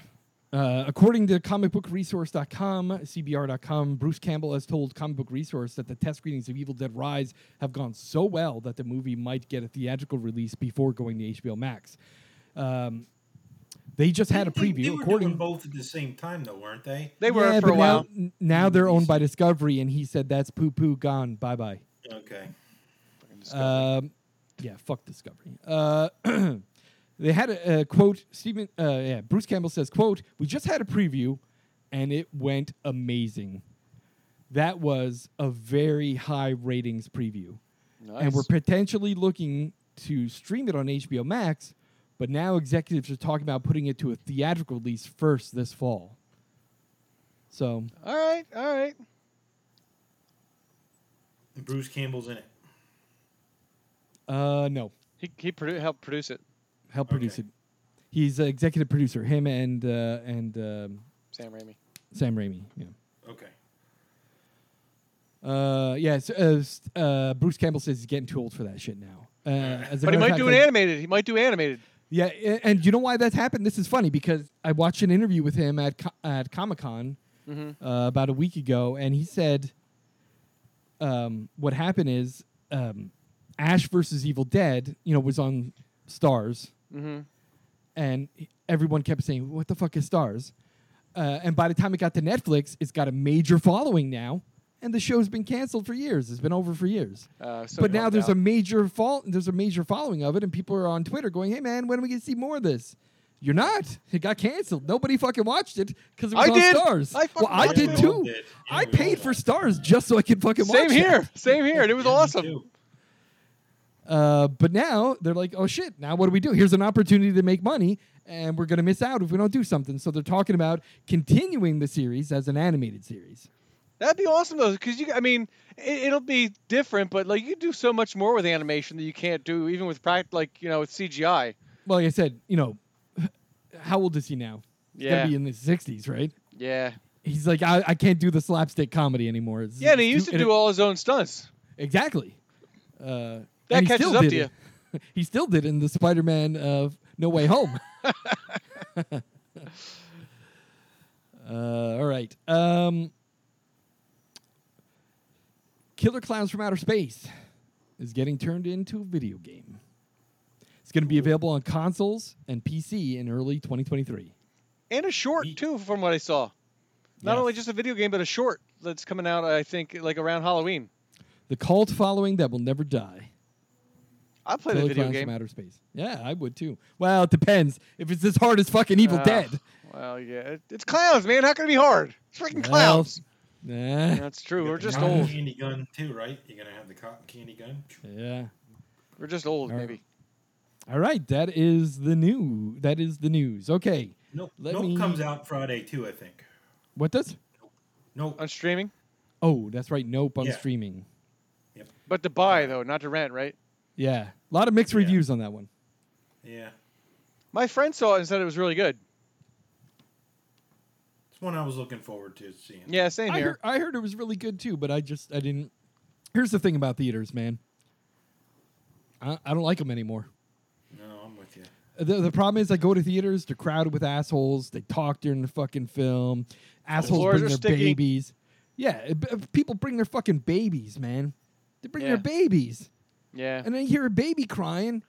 Speaker 1: Uh, according to comicbookresource.com, CBR.com, Bruce Campbell has told Comic Book Resource that the test screenings of Evil Dead Rise have gone so well that the movie might get a theatrical release before going to HBO Max. Um, they just had a
Speaker 3: They-
Speaker 1: preview.
Speaker 3: They were
Speaker 1: according
Speaker 3: doing both at the same time though, weren't they?
Speaker 2: They were
Speaker 1: yeah,
Speaker 2: for a
Speaker 1: but now-
Speaker 2: while.
Speaker 1: n- Now, they're owned by Discovery, and he said that's poo poo gone. Bye bye.
Speaker 3: Okay.
Speaker 1: Um, yeah, fuck Discovery. Uh, they had a, a quote. Stephen, uh, yeah, Bruce Campbell says, "quote We just had a preview, and it went amazing. That was a very high ratings preview, and we're potentially looking to stream it on HBO Max. But now executives are talking about putting it to a theatrical release first this fall. So
Speaker 2: all right, all right.
Speaker 3: Bruce Campbell's in it.
Speaker 1: Uh, no,
Speaker 2: He he produ- helped produce it.
Speaker 1: help produce
Speaker 3: Okay.
Speaker 1: it. He's an executive producer. Him and uh, and um,
Speaker 2: Sam Raimi.
Speaker 1: Sam Raimi. Yeah.
Speaker 3: Okay.
Speaker 1: Uh, yeah. So, uh, s- uh, Bruce Campbell says he's getting too old for that shit now. Uh, as a
Speaker 2: But
Speaker 1: matter
Speaker 2: he
Speaker 1: of
Speaker 2: might
Speaker 1: fact,
Speaker 2: do an
Speaker 1: I-
Speaker 2: animated. He might do animated.
Speaker 1: Yeah, a- and you know why that's happened? This is funny because I watched an interview with him at co- at Comic Con uh, about a week ago, and he said, um, "What happened is um, Ash versus Evil Dead, you know, was on Stars, and everyone kept saying, "What the fuck is Stars?" Uh, and by the time it got to Netflix, it's got a major following now, and the show's been canceled for years. It's been over for years
Speaker 2: Uh, so
Speaker 1: but now there's a major fault. There's a major following of it, and people are on Twitter going, "Hey man, when are we gonna see more of this?" You're not. It got canceled. Nobody fucking watched it because it was
Speaker 2: I
Speaker 1: on
Speaker 2: did.
Speaker 1: stars.
Speaker 2: I fucking
Speaker 1: well, I
Speaker 2: watched
Speaker 1: did
Speaker 2: it.
Speaker 1: too.
Speaker 3: Yeah, we all
Speaker 1: I paid for
Speaker 3: watched
Speaker 1: stars just so I could fucking
Speaker 2: same
Speaker 1: watch
Speaker 2: here,
Speaker 1: it.
Speaker 2: same here, and it was
Speaker 3: Yeah, me
Speaker 2: awesome.
Speaker 3: too.
Speaker 1: Uh, but now they're like, "Oh shit! Now what do we do? Here's an opportunity to make money, and we're gonna miss out if we don't do something." So they're talking about continuing the series as an animated series.
Speaker 2: That'd be awesome though, because you. I mean, it, it'll be different, but like you can do so much more with animation that you can't do even with pract- like you know, with CGI.
Speaker 1: Well, like I said, you know, how old is he now? He's
Speaker 2: Yeah.
Speaker 1: gotta be in his 60s, right?
Speaker 2: Yeah.
Speaker 1: he's like, I, I can't do the slapstick comedy anymore. It's-
Speaker 2: Yeah, and he
Speaker 1: it's
Speaker 2: used
Speaker 1: too-
Speaker 2: to
Speaker 1: and
Speaker 2: do
Speaker 1: it-
Speaker 2: all his own stunts.
Speaker 1: exactly. Uh,
Speaker 2: That
Speaker 1: and he
Speaker 2: catches
Speaker 1: still
Speaker 2: up
Speaker 1: did
Speaker 2: to
Speaker 1: it. he still did in the Spider-Man of No Way Home. uh, all right. Um, Killer Clowns from Outer Space is getting turned into a video game. It's going to be available on consoles and PC in early 2023.
Speaker 2: and a short
Speaker 3: Ye-
Speaker 2: too, from what I saw. Not
Speaker 1: Yes.
Speaker 2: only just a video game, but a short that's coming out. I think like around Halloween.
Speaker 1: The cult following that will never die.
Speaker 2: I play the
Speaker 1: Killer
Speaker 2: video
Speaker 1: Clowns
Speaker 2: game.
Speaker 1: from outer space. Yeah, I would too. Well, it depends. If it's as hard as fucking Evil
Speaker 2: Ah,
Speaker 1: Dead,
Speaker 2: Well, yeah, it- it's clowns, man. How can it be hard? It's freaking
Speaker 1: Well,
Speaker 2: clowns.
Speaker 1: nah,
Speaker 2: That's true.
Speaker 3: You got
Speaker 2: We're
Speaker 3: the
Speaker 2: just
Speaker 3: cotton
Speaker 2: old.
Speaker 3: Candy gun too, right? You're gonna have the cotton candy gun.
Speaker 1: yeah.
Speaker 2: We're just old,
Speaker 1: Alright.
Speaker 2: maybe.
Speaker 1: All right, that is the new. That is the news. Okay,
Speaker 3: Nope.
Speaker 1: Let
Speaker 3: nope
Speaker 1: me-
Speaker 3: comes out Friday too, I think.
Speaker 1: what does?
Speaker 3: Nope.
Speaker 2: On streaming,
Speaker 1: Oh, that's right. Nope, on
Speaker 3: Yeah.
Speaker 1: streaming.
Speaker 2: but to buy though, not to rent, right?
Speaker 1: Yeah, a lot of mixed
Speaker 3: Yeah.
Speaker 1: reviews on that one.
Speaker 3: Yeah.
Speaker 2: My friend saw it and said it was really good.
Speaker 3: It's one I was looking forward to seeing.
Speaker 2: Yeah, same
Speaker 1: I
Speaker 2: here.
Speaker 1: heard, I heard it was really good too, but I just I didn't. Here's the thing about theaters, man. I, I don't like them anymore.
Speaker 3: No, I'm with you.
Speaker 1: The, the problem is, I go to theaters. They're crowded with assholes. They talk during the fucking film. Assholes
Speaker 2: floors
Speaker 1: bring
Speaker 2: are
Speaker 1: their
Speaker 2: sticky.
Speaker 1: babies. Yeah, eh, b- people bring their fucking babies, man. They bring
Speaker 2: Yeah.
Speaker 1: their babies,
Speaker 2: Yeah.
Speaker 1: and then you hear a baby crying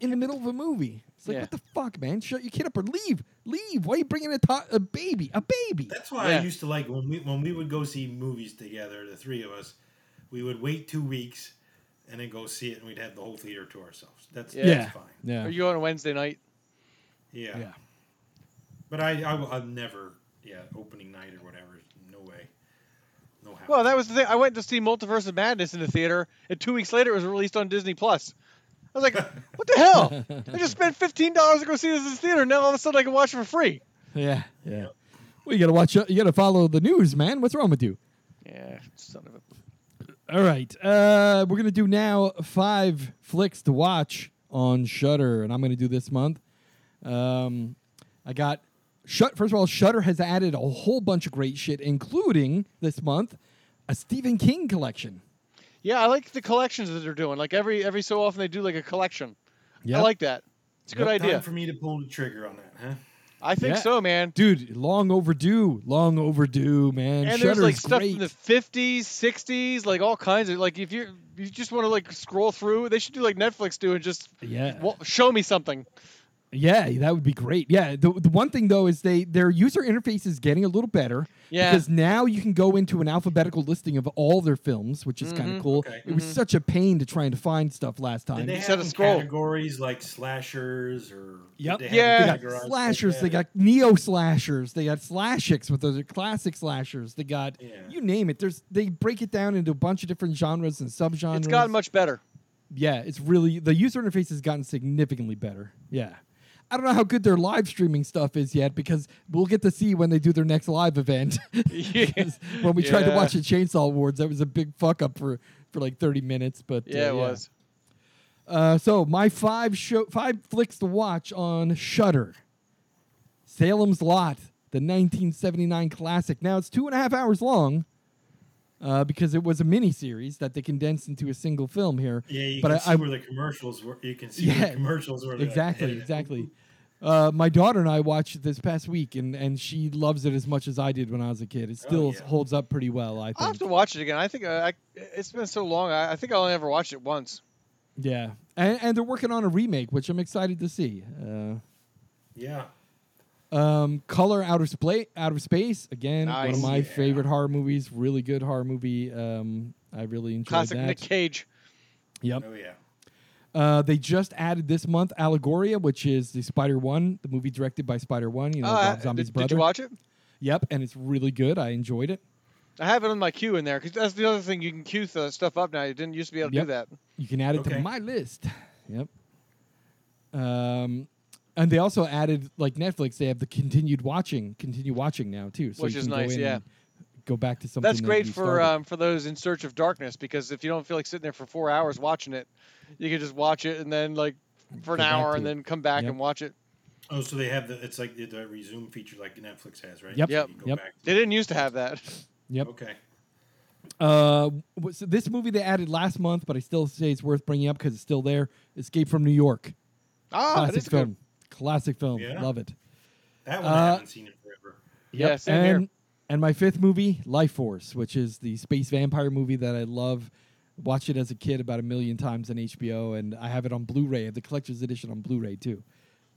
Speaker 1: in the middle of a movie. It's like,
Speaker 2: Yeah.
Speaker 1: what the fuck, man? Shut your kid up or leave. Leave. Why are you bringing a, to- a baby? A baby.
Speaker 3: That's why
Speaker 2: Yeah.
Speaker 3: I used to like when we when we would go see movies together, the three of us, we would wait two weeks and then go see it, and we'd have the whole theater to ourselves. That's
Speaker 2: Yeah.
Speaker 3: yeah,
Speaker 1: yeah.
Speaker 3: that's fine.
Speaker 1: Yeah.
Speaker 2: Are you on a Wednesday night?
Speaker 3: Yeah.
Speaker 1: yeah.
Speaker 3: But I, I will- I'll never yeah opening night or whatever. No way. No how.
Speaker 2: Well, that was the thing. I went to see Multiverse of Madness in the theater, and two weeks later, it was released on Disney Plus. I was like, "What the hell? I just spent fifteen dollars to go see this in the theater. Now all of a sudden, I can watch it for free."
Speaker 1: Yeah, yeah. Well, you gotta watch. You gotta follow the news, man. What's wrong with you?
Speaker 2: Yeah, son of a.
Speaker 1: All right, uh, we're gonna do now five flicks to watch on Shutter, and I'm gonna do this month. Um, I got Shut. First of all, Shutter has added a whole bunch of great shit, including this month a Stephen King collection.
Speaker 2: Yeah, I like the collections that they're doing. Like every every so often they do like a collection.
Speaker 1: Yeah,
Speaker 2: I like that. It's a good
Speaker 3: Time
Speaker 2: idea.
Speaker 3: for me to pull the trigger on that, huh?
Speaker 2: I think
Speaker 1: Yeah.
Speaker 2: so, man.
Speaker 1: dude, long overdue, long overdue, man.
Speaker 2: and
Speaker 1: Shudder's
Speaker 2: there's like stuff
Speaker 1: great.
Speaker 2: from the 50s 60s like all kinds of like if you you just want to like scroll through they should do like netflix do and just
Speaker 1: yeah.
Speaker 2: wa- show me something
Speaker 1: Yeah, that would be great. Yeah, the, the one thing though is they their user interface is getting a little better.
Speaker 2: Yeah.
Speaker 1: Because now you can go into an alphabetical listing of all their films, which is kind of cool.
Speaker 3: Okay.
Speaker 1: It was such a pain to try and find stuff last time.
Speaker 3: Did they
Speaker 2: Instead
Speaker 3: have
Speaker 2: of
Speaker 3: some
Speaker 2: scroll.
Speaker 3: categories like slashers or? did
Speaker 1: Yep.
Speaker 3: they have
Speaker 2: Yeah.
Speaker 1: They
Speaker 3: them
Speaker 1: got
Speaker 3: categorized like
Speaker 1: slashers. They
Speaker 3: that?
Speaker 1: got neo slashers. They got slashicks with those classic slashers. They got
Speaker 3: Yeah.
Speaker 1: you name it. There's they break it down into a bunch of different genres and subgenres.
Speaker 2: it's gotten much better
Speaker 1: yeah, it's really the user interface has gotten significantly better. Yeah. I don't know how good their live streaming stuff is yet because we'll get to see when they do their next live event.
Speaker 2: Yeah.
Speaker 1: Because when we tried to
Speaker 2: Yeah.
Speaker 1: watch the Chainsaw Awards, that was a big fuck up for, for like 30 minutes. But uh,
Speaker 2: yeah it was
Speaker 1: Uh, so my five show five flicks to watch on Shudder. Salem's Lot, the 1979 classic. Now it's two and a half hours long. Uh, because it was a mini series that they condensed into a single film here.
Speaker 3: Yeah, you
Speaker 1: but
Speaker 3: can
Speaker 1: I-
Speaker 3: see
Speaker 1: I-
Speaker 3: where the commercials were. You can see where
Speaker 1: Yeah,
Speaker 3: the commercials were.
Speaker 1: Exactly, exactly. Uh, my daughter and I watched it this past week, and, and she loves it as much as I did when I was a kid. It
Speaker 3: Oh,
Speaker 1: still
Speaker 3: yeah.
Speaker 1: holds up pretty well, I
Speaker 2: i'll have
Speaker 1: think.
Speaker 2: to watch it again i think uh, I, it's been so long I, I think i only ever watched it once
Speaker 1: yeah, and, and they're working on a remake, which I'm excited to see. Uh,
Speaker 3: Yeah.
Speaker 1: um, Color Outer Spla- Out of Space, again, one of
Speaker 2: Nice.
Speaker 1: my
Speaker 3: Yeah.
Speaker 1: favorite horror movies. Really good horror movie. Um, I really enjoyed
Speaker 2: classic
Speaker 1: that.
Speaker 2: nick cage
Speaker 1: Yep.
Speaker 3: Oh yeah.
Speaker 1: Uh, they just added this month Allegoria, which is the Spider One, the movie directed by Spider One. You know,
Speaker 2: uh,
Speaker 1: Rob Zombie's
Speaker 2: did,
Speaker 1: brother.
Speaker 2: did you watch it
Speaker 1: Yep, and it's really good. I enjoyed it.
Speaker 2: i have it on my queue in there because that's the other thing you can queue th- stuff up now you didn't used to be able to
Speaker 1: Yep.
Speaker 2: do that
Speaker 1: You can add it to
Speaker 3: Okay.
Speaker 1: my list. Yep. Um, and they also added like Netflix. They have the continued watching, continue watching now too. So
Speaker 2: Which
Speaker 1: you
Speaker 2: is
Speaker 1: can
Speaker 2: nice,
Speaker 1: Go in
Speaker 2: yeah.
Speaker 1: and Go back to something.
Speaker 2: that's
Speaker 1: that
Speaker 2: great
Speaker 1: you
Speaker 2: for
Speaker 1: started.
Speaker 2: um, for those in search of darkness because if you don't feel like sitting there for four hours watching it you can just watch it and then like for an
Speaker 1: Go back
Speaker 2: hour
Speaker 1: to
Speaker 2: and
Speaker 1: it.
Speaker 2: then come back
Speaker 1: Yep.
Speaker 2: and watch it
Speaker 3: Oh, so they have the. It's like the, the resume feature, like Netflix has, right?
Speaker 1: Yep.
Speaker 3: So you
Speaker 2: Yep.
Speaker 3: can go
Speaker 1: Yep.
Speaker 3: back to-
Speaker 2: They didn't used to have that.
Speaker 1: Yep.
Speaker 3: Okay.
Speaker 1: Uh, w- so this movie they added last month, but I still say it's worth bringing up because it's still there. Escape from New York,
Speaker 2: Ah, it
Speaker 1: classic
Speaker 2: is
Speaker 1: film,
Speaker 2: good.
Speaker 1: classic film.
Speaker 3: Yeah.
Speaker 1: Love it.
Speaker 3: That one
Speaker 1: Uh,
Speaker 3: I haven't seen in forever.
Speaker 2: Yeah, same
Speaker 1: and,
Speaker 2: here.
Speaker 1: and my fifth movie, Life Force, which is the space vampire movie that I love. Watched it as a kid about a million times on HBO, and I have it on Blu-ray. I have the collector's edition on Blu-ray too.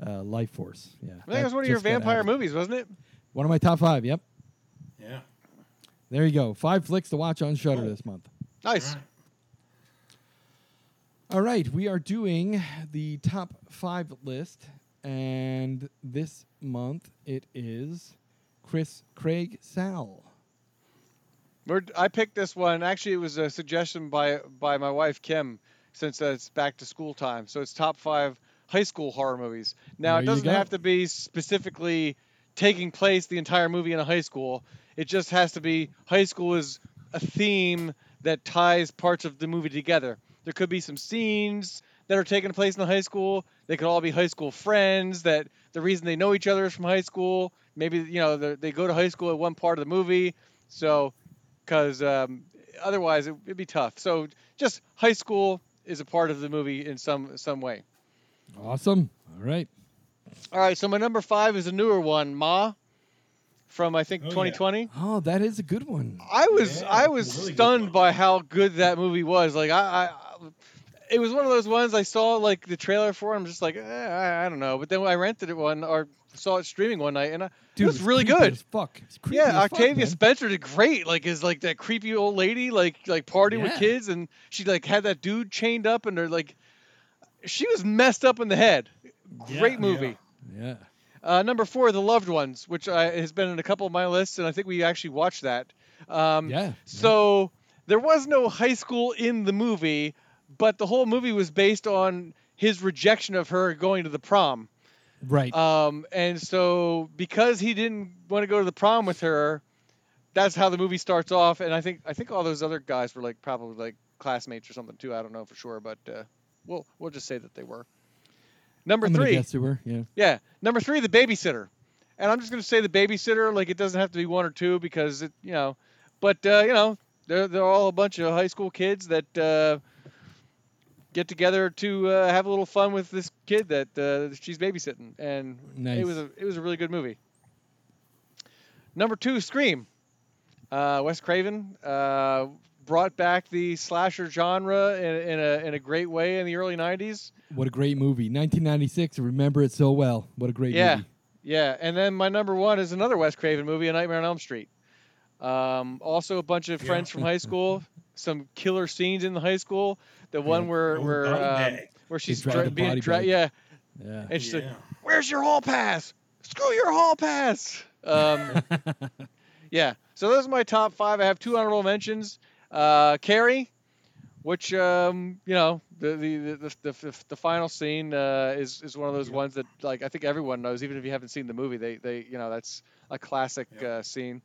Speaker 1: Uh, Life Force. Yeah,
Speaker 2: I think it was one of your vampire movies, wasn't it?
Speaker 1: One of my top five. Yep.
Speaker 3: Yeah.
Speaker 1: There you go. Five flicks to watch on Shutter
Speaker 3: Cool.
Speaker 1: this month.
Speaker 2: Nice.
Speaker 3: All right.
Speaker 1: All right, we are doing the top five list, and this month it is Chris Craig Sal.
Speaker 2: We're, I picked this one. Actually, it was a suggestion by by my wife Kim, since uh, it's back to school time. So it's top five high school horror movies. Now
Speaker 1: There
Speaker 2: it
Speaker 1: you
Speaker 2: doesn't
Speaker 1: go.
Speaker 2: have to be specifically taking place the entire movie in a high school. It just has to be high school is a theme that ties parts of the movie together. There could be some scenes that are taking place in the high school. They could all be high school friends. That the reason they know each other is from high school. Maybe you know they're- they go to high school at one part of the movie. So because um, otherwise it, it'd be tough. So just high school is a part of the movie in some some way.
Speaker 1: Awesome. All right.
Speaker 2: All right, so my number five is a newer one, Ma, from I think
Speaker 3: Oh, yeah.
Speaker 2: 2020.
Speaker 1: Oh, that is a good one.
Speaker 2: I was
Speaker 3: Yeah,
Speaker 2: I
Speaker 3: it's a
Speaker 2: was
Speaker 3: really good
Speaker 2: stunned
Speaker 3: one.
Speaker 2: by how good that movie was. Like I, I, I- it was one of those ones I saw like the trailer for. And I'm just like eh, I, I don't know. But then I rented it one or saw it streaming one night, and I, it was
Speaker 1: it's
Speaker 2: really
Speaker 1: creepy
Speaker 2: good.
Speaker 1: as fuck. It's creepy as
Speaker 2: Yeah,
Speaker 1: fuck,
Speaker 2: Octavia
Speaker 1: man.
Speaker 2: Spencer did great. Like, is like that creepy old lady, like like partying with
Speaker 1: Yeah.
Speaker 2: kids, and she like had that dude chained up, and they're like, she was messed up in the head. Great
Speaker 1: Yeah.
Speaker 2: movie.
Speaker 1: Yeah.
Speaker 2: Uh, number four, The Loved Ones, which I, has been in a couple of my lists, and I think we actually watched that. Um,
Speaker 1: Yeah.
Speaker 2: So there was no high school in the movie, but the whole movie was based on his rejection of her going to the prom.
Speaker 1: Right.
Speaker 2: Um, and so because he didn't want to go to the prom with her, that's how the movie starts off. And I think I think all those other guys were like probably like classmates or something too. I don't know for sure, but uh, we'll we'll just say that they were. Number
Speaker 1: I'm gonna
Speaker 2: three,
Speaker 1: guess who were. Yeah.
Speaker 2: yeah, number three, the babysitter. And I'm just gonna say the babysitter. Like it doesn't have to be one or two because it you know, but uh, you know they're they're all a bunch of high school kids that. Uh, Get together to uh, have a little fun with this kid that uh, she's babysitting, and
Speaker 1: Nice.
Speaker 2: it was a it was a really good movie. Number two, Scream. Uh, Wes Craven uh, brought back the slasher genre in, in a in a great way in the early '90s.
Speaker 1: what a great movie. 1996. I remember it so well. What a great
Speaker 2: Yeah.
Speaker 1: movie.
Speaker 2: Yeah, and then my number one is another Wes Craven movie, A Nightmare on Elm Street. Um, also, a bunch of friends from high school. Some killer scenes in the high school. The one where
Speaker 3: Oh,
Speaker 2: where
Speaker 3: body
Speaker 2: um,
Speaker 3: bag.
Speaker 2: where she's
Speaker 1: dragged
Speaker 2: dra-
Speaker 1: a
Speaker 2: being
Speaker 1: body
Speaker 2: dra-
Speaker 1: bag.
Speaker 2: yeah,
Speaker 1: Yeah.
Speaker 2: and she's like,
Speaker 3: Yeah.
Speaker 2: "Where's your hall pass? Screw your hall pass." Um, Yeah. So those are my top five. I have two honorable mentions. Uh, Carrie, which um, you know the the the, the, the, the final scene uh, is is one of those
Speaker 3: Yeah.
Speaker 2: ones that like I think everyone knows, even if you haven't seen the movie. They they you know that's a classic
Speaker 3: Yeah.
Speaker 2: uh, scene.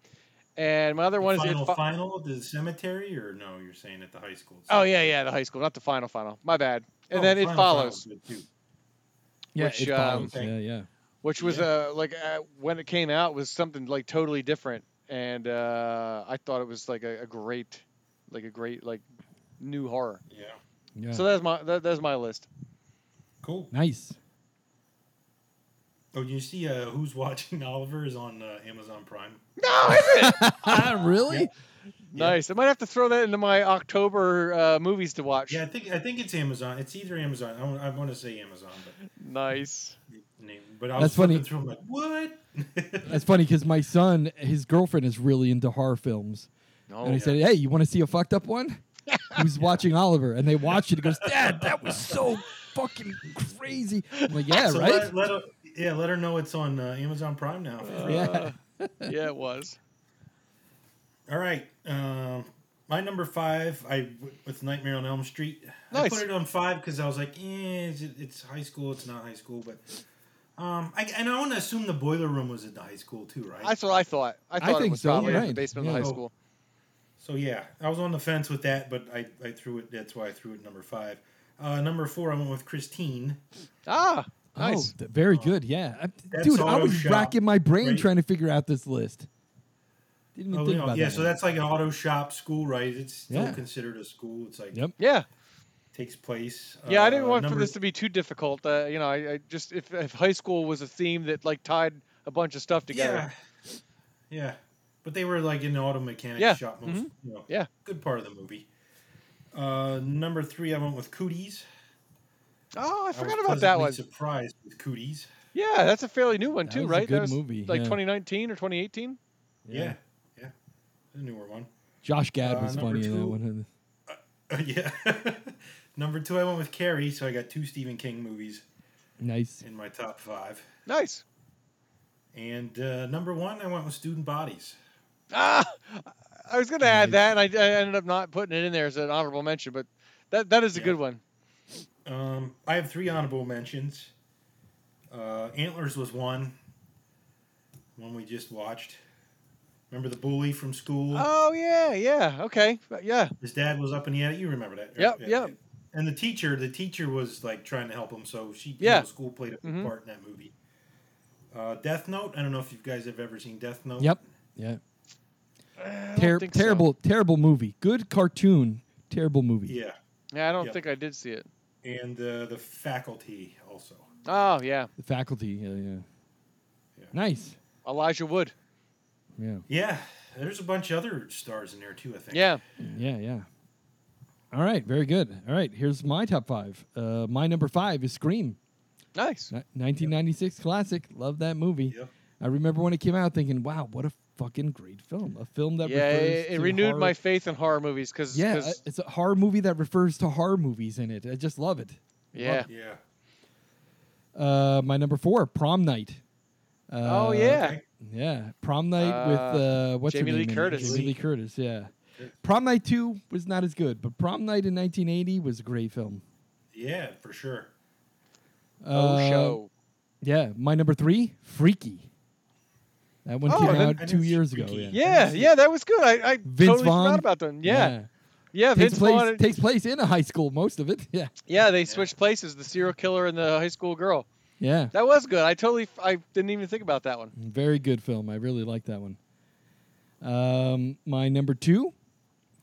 Speaker 2: And my other
Speaker 3: The
Speaker 2: one is
Speaker 3: final
Speaker 2: It Fo-
Speaker 3: final at the cemetery or no? You're saying at the high school? Oh,
Speaker 2: oh yeah yeah the high school, not the final final. My bad. And then it follows,
Speaker 1: Yeah.
Speaker 2: which,
Speaker 1: it
Speaker 2: um,
Speaker 1: follows. yeah. Yeah.
Speaker 2: which was uh like uh, when it came out was something like totally different, and uh, I thought it was like a, a great, like a great like new horror.
Speaker 3: Yeah.
Speaker 1: Yeah.
Speaker 2: So that's my that, that's my list.
Speaker 3: Cool.
Speaker 1: nice.
Speaker 3: Oh, you see, uh, who's watching Oliver is on uh, Amazon Prime.
Speaker 2: No, is it?
Speaker 1: really?
Speaker 2: nice. I might have to throw that into my October uh, movies to watch.
Speaker 3: Yeah, I think I think it's Amazon. It's either Amazon. I, want- I want to say Amazon, but
Speaker 2: Nice.
Speaker 3: name. But I was
Speaker 1: That's funny.
Speaker 3: flipping through. I'm like, what?
Speaker 1: That's funny because my son, his girlfriend is really into horror films.
Speaker 2: No.
Speaker 1: and I said, "Hey, you want to see a fucked up one?" Who's watching Oliver? And they watched it. It goes, "Dad, that was so fucking crazy." I'm like, "Yeah,
Speaker 3: So
Speaker 1: right."
Speaker 3: Let, let her, yeah, let her know it's on uh, Amazon Prime now.
Speaker 1: yeah,
Speaker 2: yeah, it was.
Speaker 3: All right. Um, my number five, I with Nightmare on Elm Street. I
Speaker 2: Nice.
Speaker 3: put it on five because I was like, eh, is it- it's high school. It's not high school, but um, I, and I want to assume the boiler room was at the high school too, right?
Speaker 2: That's what I thought. I thought it
Speaker 1: think
Speaker 2: was
Speaker 1: so,
Speaker 2: probably
Speaker 1: you're
Speaker 2: in the
Speaker 1: right.
Speaker 2: basement of
Speaker 1: Yeah.
Speaker 2: the high school.
Speaker 3: So yeah, I was on the fence with that, but I, I threw it. That's why I threw it number five. Uh, number four, I went with Christine.
Speaker 2: Ah,
Speaker 1: Oh,
Speaker 2: nice.
Speaker 1: th- very good. Yeah, I-
Speaker 3: That's
Speaker 1: dude, I
Speaker 3: Auto
Speaker 1: was
Speaker 3: Shop,
Speaker 1: racking my brain
Speaker 3: right?
Speaker 1: trying to figure out this list. Didn't even
Speaker 3: Oh,
Speaker 1: think
Speaker 3: yeah,
Speaker 1: about
Speaker 3: yeah
Speaker 1: that.
Speaker 3: so
Speaker 1: one.
Speaker 3: that's like an auto shop school, right? It's still
Speaker 1: Yeah.
Speaker 3: considered a school. It's like
Speaker 1: Yep.
Speaker 2: Yeah,
Speaker 3: takes place.
Speaker 2: yeah. I didn't
Speaker 3: Uh,
Speaker 2: want for
Speaker 3: number-
Speaker 2: this to be too difficult. Uh, you know, I, I just if, if high school was a theme that like tied a bunch of stuff together.
Speaker 3: Yeah. Yeah. But they were like in the auto mechanic
Speaker 2: Yeah, Mm-hmm.
Speaker 3: shop. Most, you know,
Speaker 2: Yeah.
Speaker 3: Good part of the movie. Uh, number three, I went with Cooties.
Speaker 2: Oh, I
Speaker 3: was
Speaker 2: forgot about that
Speaker 3: pleasantly
Speaker 2: one.
Speaker 3: Surprised with Cooties.
Speaker 2: Yeah, that's a fairly new one
Speaker 1: That
Speaker 2: too,
Speaker 1: was a
Speaker 2: right?
Speaker 1: good
Speaker 2: that was
Speaker 1: movie,
Speaker 2: like
Speaker 1: yeah.
Speaker 2: 2019 or 2018.
Speaker 3: Yeah. Yeah. The newer one.
Speaker 1: Josh Gad
Speaker 3: Uh,
Speaker 1: was
Speaker 3: number
Speaker 1: funny in that
Speaker 3: two.
Speaker 1: one.
Speaker 3: yeah. number two, I went with Carrie. So I got two Stephen King movies
Speaker 1: Nice.
Speaker 3: in my top five.
Speaker 2: Nice.
Speaker 3: And uh, number one, I went with Student Bodies.
Speaker 2: Ah, I was going to add that, and I, I ended up not putting it in there as an honorable mention, but that that is a
Speaker 3: Yeah.
Speaker 2: good one.
Speaker 3: Um, I have three honorable mentions. Uh, Antlers was one. One we just watched. Remember the bully from school?
Speaker 2: Oh yeah, yeah, okay, but yeah,
Speaker 3: His dad was up in the attic. You remember that? right?
Speaker 2: Yep, yep.
Speaker 3: And the teacher, the teacher was like trying to help him, so she, you
Speaker 2: Yeah.
Speaker 3: know, school played a big
Speaker 2: Mhm.
Speaker 3: part in that movie. Uh, Death Note. I don't know if you guys have ever seen Death Note.
Speaker 1: Yep. Yeah.
Speaker 2: I don't
Speaker 1: Ter-
Speaker 2: think so.
Speaker 1: terrible, terrible movie. Good cartoon. Terrible movie.
Speaker 3: Yeah,
Speaker 2: Yeah, I don't
Speaker 3: Yeah.
Speaker 2: think I did see it.
Speaker 3: and uh, the faculty also.
Speaker 2: Oh yeah,
Speaker 1: The faculty. Yeah, yeah.
Speaker 3: Yeah.
Speaker 1: Nice.
Speaker 2: Elijah Wood.
Speaker 1: Yeah.
Speaker 3: Yeah, there's a bunch of other stars in there too. I think.
Speaker 2: Yeah,
Speaker 1: Yeah, yeah. All right, very good. All right, here's my top five. Uh, my number five is Scream,
Speaker 2: nice.
Speaker 1: Ni- 1996 classic. Love that movie.
Speaker 3: Yep.
Speaker 1: I remember when it came out, thinking, "Wow, what a fucking great film! A film that
Speaker 2: yeah,
Speaker 1: refers
Speaker 2: it, it
Speaker 1: to
Speaker 2: renewed
Speaker 1: horror.
Speaker 2: my faith in horror movies because
Speaker 1: yeah, uh, it's a horror movie that refers to horror movies in it. I just love it.
Speaker 2: yeah,
Speaker 3: Yeah.
Speaker 1: Uh, my number four, Prom Night. Uh,
Speaker 2: oh yeah,
Speaker 3: okay.
Speaker 1: yeah, Prom Night with
Speaker 2: Uh,
Speaker 1: uh, what's her
Speaker 2: Jamie Lee
Speaker 1: name in it?
Speaker 2: Curtis.
Speaker 1: Jamie Lee Curtis. Yeah,
Speaker 3: Curtis.
Speaker 1: Prom Night Two was not as good, but Prom Night in 1980 was a great film.
Speaker 3: Yeah, for sure.
Speaker 2: oh
Speaker 1: Uh,
Speaker 2: show.
Speaker 1: Yeah, my number three, Freaky. That one
Speaker 2: Oh,
Speaker 1: came
Speaker 2: I
Speaker 1: out
Speaker 3: didn't- I
Speaker 1: two
Speaker 3: didn't see
Speaker 1: years ago.
Speaker 3: Freaky.
Speaker 1: Yeah,
Speaker 2: Yeah, yeah, that was good. I, I
Speaker 1: Vince
Speaker 2: totally
Speaker 1: Vaughn?
Speaker 2: forgot about them. Yeah, yeah,
Speaker 1: Takes
Speaker 2: Vince
Speaker 1: place
Speaker 2: Vaughn.
Speaker 1: takes place in a high school. Most of it. Yeah,
Speaker 2: yeah, they switched places. The serial killer and the high school girl.
Speaker 1: yeah.
Speaker 2: That was good. I totally. f- I didn't even think about that one.
Speaker 1: Very good film. I really like that one. Um, my number two,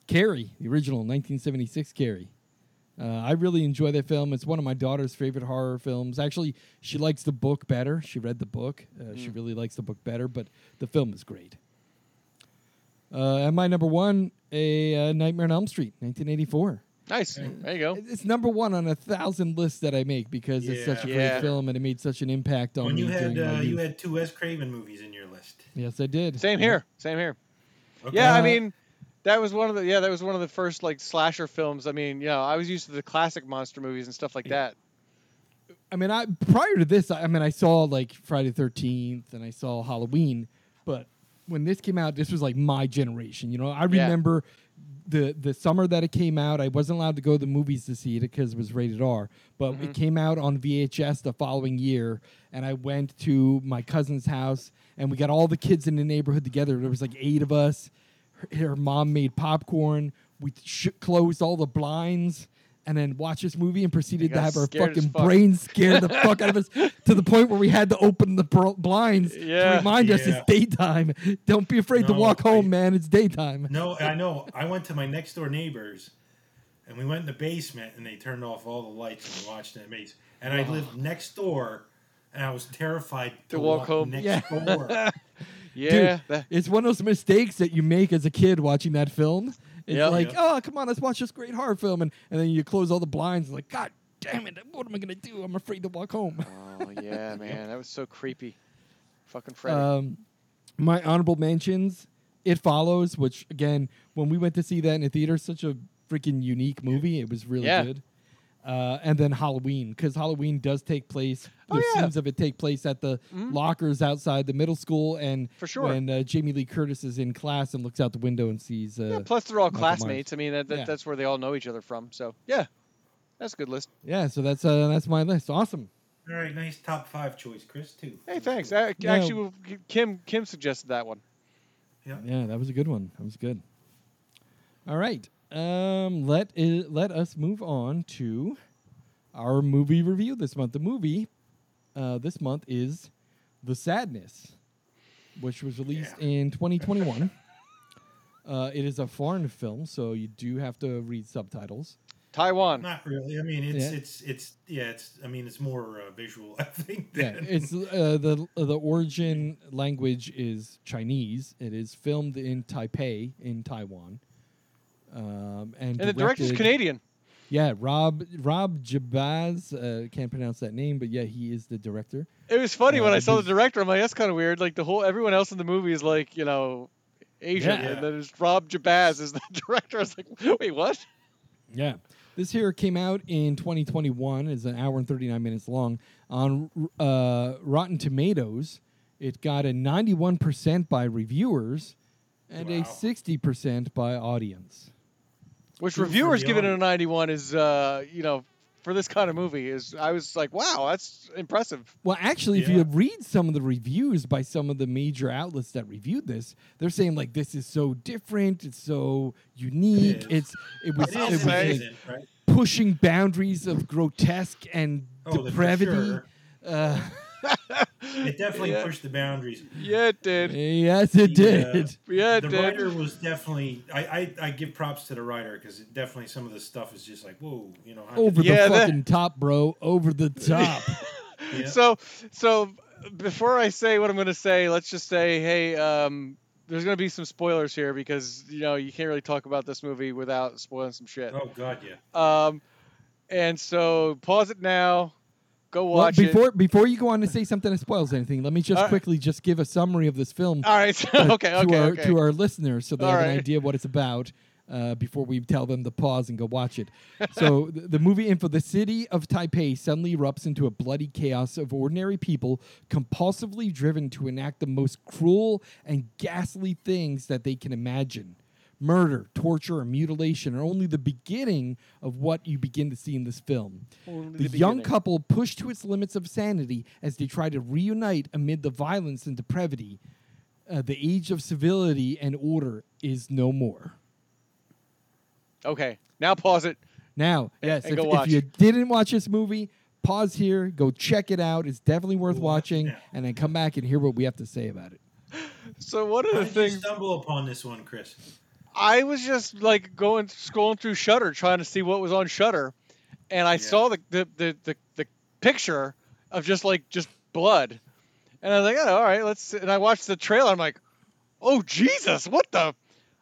Speaker 1: Carrie, the original 1976 Carrie. Uh, I really enjoy that film. It's one of my daughter's favorite horror films. Actually, she likes the book better. She read the book. Uh,
Speaker 2: Mm.
Speaker 1: She really likes the book better, but the film is great. Uh, and my number one, a uh, Nightmare on Elm Street, 1984.
Speaker 2: Nice.
Speaker 3: Mm.
Speaker 2: There you go.
Speaker 1: It- It's number one on a thousand lists that I make because it's such a
Speaker 2: Yeah.
Speaker 1: great film and it made such an impact on
Speaker 3: When
Speaker 1: me
Speaker 3: you had
Speaker 1: during my
Speaker 3: uh,
Speaker 1: youth.
Speaker 3: you had two Wes Craven movies in your list.
Speaker 1: yes, I did.
Speaker 2: Same
Speaker 1: Yep.
Speaker 2: here. Same here. Yeah,
Speaker 1: Uh,
Speaker 2: I mean, that was one of the yeah, that was one of the first like slasher films. I mean, you know, I was used to the classic monster movies and stuff like that.
Speaker 1: I mean, I prior to this, I, I mean, I saw like Friday Thirteenth and I saw Halloween, but when this came out, this was like my generation. You know, I
Speaker 2: Yeah.
Speaker 1: remember the the summer that it came out. I wasn't allowed to go to the movies to see it because it was rated R, but
Speaker 2: Mm-hmm.
Speaker 1: it came out on VHS the following year, and I went to my cousin's house and we got all the kids in the neighborhood together. There was like eight of us. Her, her mom made popcorn. We sh- closed all the blinds. And then watched this movie and proceeded to
Speaker 2: got
Speaker 1: have our
Speaker 2: scared as
Speaker 1: fucking
Speaker 2: fuck.
Speaker 1: brain fucking scared the fuck out of us to the point where we had to open the bro- blinds to
Speaker 2: Yeah.
Speaker 1: remind us it's
Speaker 3: Yeah.
Speaker 1: daytime. Don't be afraid to
Speaker 3: No,
Speaker 1: walk home,
Speaker 3: I-
Speaker 1: man. It's daytime.
Speaker 3: No, I know. I went to my next door neighbors, and we went in the basement, and they turned off all the lights and we watched that maze. And I lived next door, and I was terrified to,
Speaker 2: walk home.
Speaker 3: next
Speaker 1: Yeah.
Speaker 3: door.
Speaker 2: Yeah.
Speaker 1: Dude,
Speaker 2: that-
Speaker 1: it's one of those mistakes that you make as a kid watching that film. It's
Speaker 2: Yep.
Speaker 1: like,
Speaker 3: Yep.
Speaker 1: oh, come on, let's watch this great horror film. And, and then you close all the blinds and like, God damn it, what am I going to do? I'm afraid to walk home.
Speaker 2: oh yeah, man, that was so creepy. Fucking Freddy.
Speaker 1: Um, my honorable mentions: It Follows, which again, when we went to see that in the theater, such a freaking unique movie. It was really
Speaker 2: Yeah.
Speaker 1: good. Uh, and then Halloween, because Halloween does take place.
Speaker 2: Oh,
Speaker 1: There's
Speaker 2: yeah. Mm-hmm.
Speaker 1: scenes of it take place at the lockers outside the middle school, and
Speaker 2: For sure.
Speaker 1: when uh, Jamie Lee Curtis is in class and looks out the window and sees. Uh,
Speaker 2: yeah, plus they're all
Speaker 1: Michael Myers.
Speaker 2: classmates. I mean, that, that,
Speaker 1: Yeah.
Speaker 2: that's where they all know each other from. So yeah, that's a good list.
Speaker 1: yeah, so that's uh, that's my list. Awesome.
Speaker 3: all right, nice top five choice, Chris. Too.
Speaker 2: Hey, thanks. I,
Speaker 1: No.
Speaker 2: Actually, Kim Kim suggested that one.
Speaker 1: Yeah, that was a good one. That was good. All right. Um, let i- let us move on to our movie review this month. The movie uh, this month is The Sadness, which was released
Speaker 3: Yeah.
Speaker 1: in 2021. uh, it is a foreign film, so you do have to read subtitles.
Speaker 2: Taiwan.
Speaker 3: Not really. I mean, it's
Speaker 1: Yeah.
Speaker 3: it's it's yeah. It's I mean, it's more uh, visual. I think.
Speaker 1: Yeah,
Speaker 3: Than,
Speaker 1: it's uh, the the origin language is Chinese. It is filmed in Taipei in Taiwan. Um, and,
Speaker 2: and the director's
Speaker 1: directed-
Speaker 2: Canadian.
Speaker 1: Yeah, Rob Rob Jabaz. Uh, can't pronounce that name, but yeah, he is the director.
Speaker 2: It was funny
Speaker 1: Yeah,
Speaker 2: when I
Speaker 1: it
Speaker 2: saw the
Speaker 1: was-
Speaker 2: director. I'm like, that's kind of weird. Like the whole everyone else in the movie is like, you know, Asian,
Speaker 1: Yeah.
Speaker 2: and then there's Rob Jabaz is the director. I was like, wait, what?
Speaker 1: Yeah. This here came out in 2021. It's an hour and 39 minutes long. On uh, Rotten Tomatoes, it got a 91% by reviewers and a
Speaker 3: Wow.
Speaker 1: 60% by audience.
Speaker 2: Which
Speaker 3: Good for
Speaker 2: reviewers
Speaker 3: the
Speaker 2: giving it a
Speaker 3: audience.
Speaker 2: 91 is, uh, you know, for this kind of movie is. I was like, wow, that's impressive.
Speaker 1: Well, actually, if
Speaker 3: Yeah.
Speaker 1: you read some of the reviews by some of the major outlets that reviewed this, they're saying like this is so different, it's so unique,
Speaker 3: is.
Speaker 1: it's it was
Speaker 3: it
Speaker 1: it
Speaker 3: is
Speaker 1: was
Speaker 2: amazing.
Speaker 1: like,
Speaker 3: amazing, right?
Speaker 1: pushing boundaries of grotesque and
Speaker 3: Oh, the- for
Speaker 1: depravity.
Speaker 3: sure.
Speaker 1: Uh,
Speaker 3: It definitely
Speaker 2: Yeah.
Speaker 3: pushed the boundaries.
Speaker 2: Yeah, it did.
Speaker 1: yes, it
Speaker 3: The, uh,
Speaker 1: did.
Speaker 2: Yeah, it
Speaker 3: the
Speaker 2: did.
Speaker 3: writer was definitely. I, I, I give props to the writer because definitely some of the stuff is just like whoa, you know. how did
Speaker 1: Over
Speaker 3: they-
Speaker 2: Yeah,
Speaker 1: the
Speaker 2: that-
Speaker 1: fucking top, bro. Over the top.
Speaker 3: yeah.
Speaker 2: So, so before I say what I'm going to say, let's just say, hey, um, there's going to be some spoilers here because you know you can't really talk about this movie without spoiling some shit.
Speaker 3: oh god, yeah.
Speaker 2: Um, and so pause it now. Go
Speaker 1: Well,
Speaker 2: watch it.
Speaker 1: before before you go on to say something that spoils anything, let me just
Speaker 2: All right.
Speaker 1: quickly just give a summary of this film
Speaker 2: All right. So,
Speaker 1: uh,
Speaker 2: okay.
Speaker 1: to
Speaker 2: Okay.
Speaker 1: our
Speaker 2: okay.
Speaker 1: to our listeners so they
Speaker 2: All
Speaker 1: have an
Speaker 2: right.
Speaker 1: idea what it's about. Uh, before we tell them to pause and go watch it. so, th- the movie info the city of Taipei suddenly erupts into a bloody chaos of ordinary people compulsively driven to enact the most cruel and ghastly things that they can imagine. murder, torture, and mutilation are only the beginning of what you begin to see in this film.
Speaker 2: Only
Speaker 1: the young
Speaker 2: beginning.
Speaker 1: couple pushed to its limits of sanity as they try to reunite amid the violence and depravity. Uh, the age of civility and order is no more.
Speaker 2: Okay, now pause it.
Speaker 1: Now, yes,
Speaker 2: and
Speaker 1: if,
Speaker 2: go
Speaker 1: if
Speaker 2: watch.
Speaker 1: you didn't watch this movie, pause here, go check it out. It's definitely worth
Speaker 3: Go watch it
Speaker 1: watching,
Speaker 3: now.
Speaker 1: and then come back and hear what we have to say about it.
Speaker 2: So one of
Speaker 3: How
Speaker 2: the
Speaker 3: did you
Speaker 2: things
Speaker 3: stumble upon this one, Chris?
Speaker 2: I was just like going scrolling through Shutter trying to see what was on Shutter, and I
Speaker 3: Yeah.
Speaker 2: saw the the, the the the picture of just like just blood, and I was like, oh, all right, let's. And I watched the trailer. I'm like, oh Jesus, what the?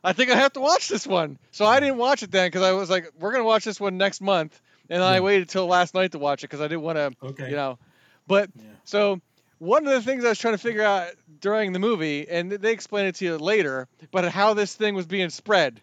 Speaker 2: I think I have to watch this one. So I didn't watch it then because I was like, we're gonna watch this one next month, and I
Speaker 1: Yeah.
Speaker 2: waited till last night to watch it because I didn't want to,
Speaker 3: Okay.
Speaker 2: you know. But
Speaker 3: Yeah.
Speaker 2: so one of the things I was trying to figure out during the movie, and they explain it to you later, but how this thing was being spread.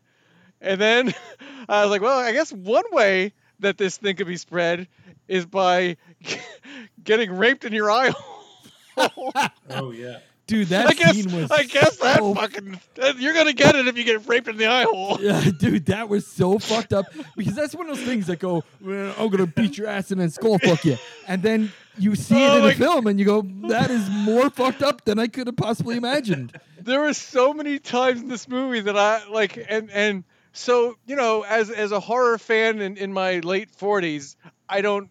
Speaker 2: And then I was like, well, I guess one way that this thing could be spread is by getting raped in your eye hole.
Speaker 3: Oh yeah.
Speaker 1: Dude, that
Speaker 2: I guess,
Speaker 1: scene was.
Speaker 2: I guess that
Speaker 1: so
Speaker 2: fucking that- you're gonna get it if you get raped in the eye hole.
Speaker 1: Yeah, dude, that was so fucked up because that's one of those things that go, "Well, I'm gonna beat your ass and then skull fuck you, and then you see
Speaker 2: Oh
Speaker 1: it in
Speaker 2: my-
Speaker 1: the film and you go, that is more fucked up than I could have possibly imagined.
Speaker 2: there were so many times in this movie that I like, and and so you know, as as a horror fan in, in my late forties, I don't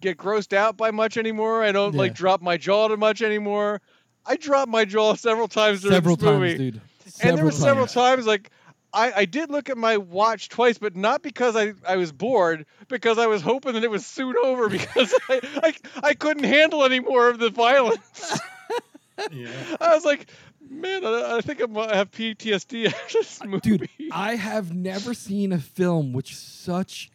Speaker 2: get grossed out by much anymore. I don't like
Speaker 1: Yeah.
Speaker 2: drop my jaw to much anymore. I dropped my jaw several times during
Speaker 1: Several
Speaker 2: this
Speaker 1: times,
Speaker 2: movie,
Speaker 1: dude. Several
Speaker 2: and there were
Speaker 1: times.
Speaker 2: several times like. I, I did look at my watch twice, but not because I, I was bored, because I was hoping that it was soon over because I, I, I couldn't handle any more of the violence.
Speaker 3: Yeah.
Speaker 2: I was like, man, I, I think I'm, I have PTSD after this movie.
Speaker 1: Dude, I have never seen a film with such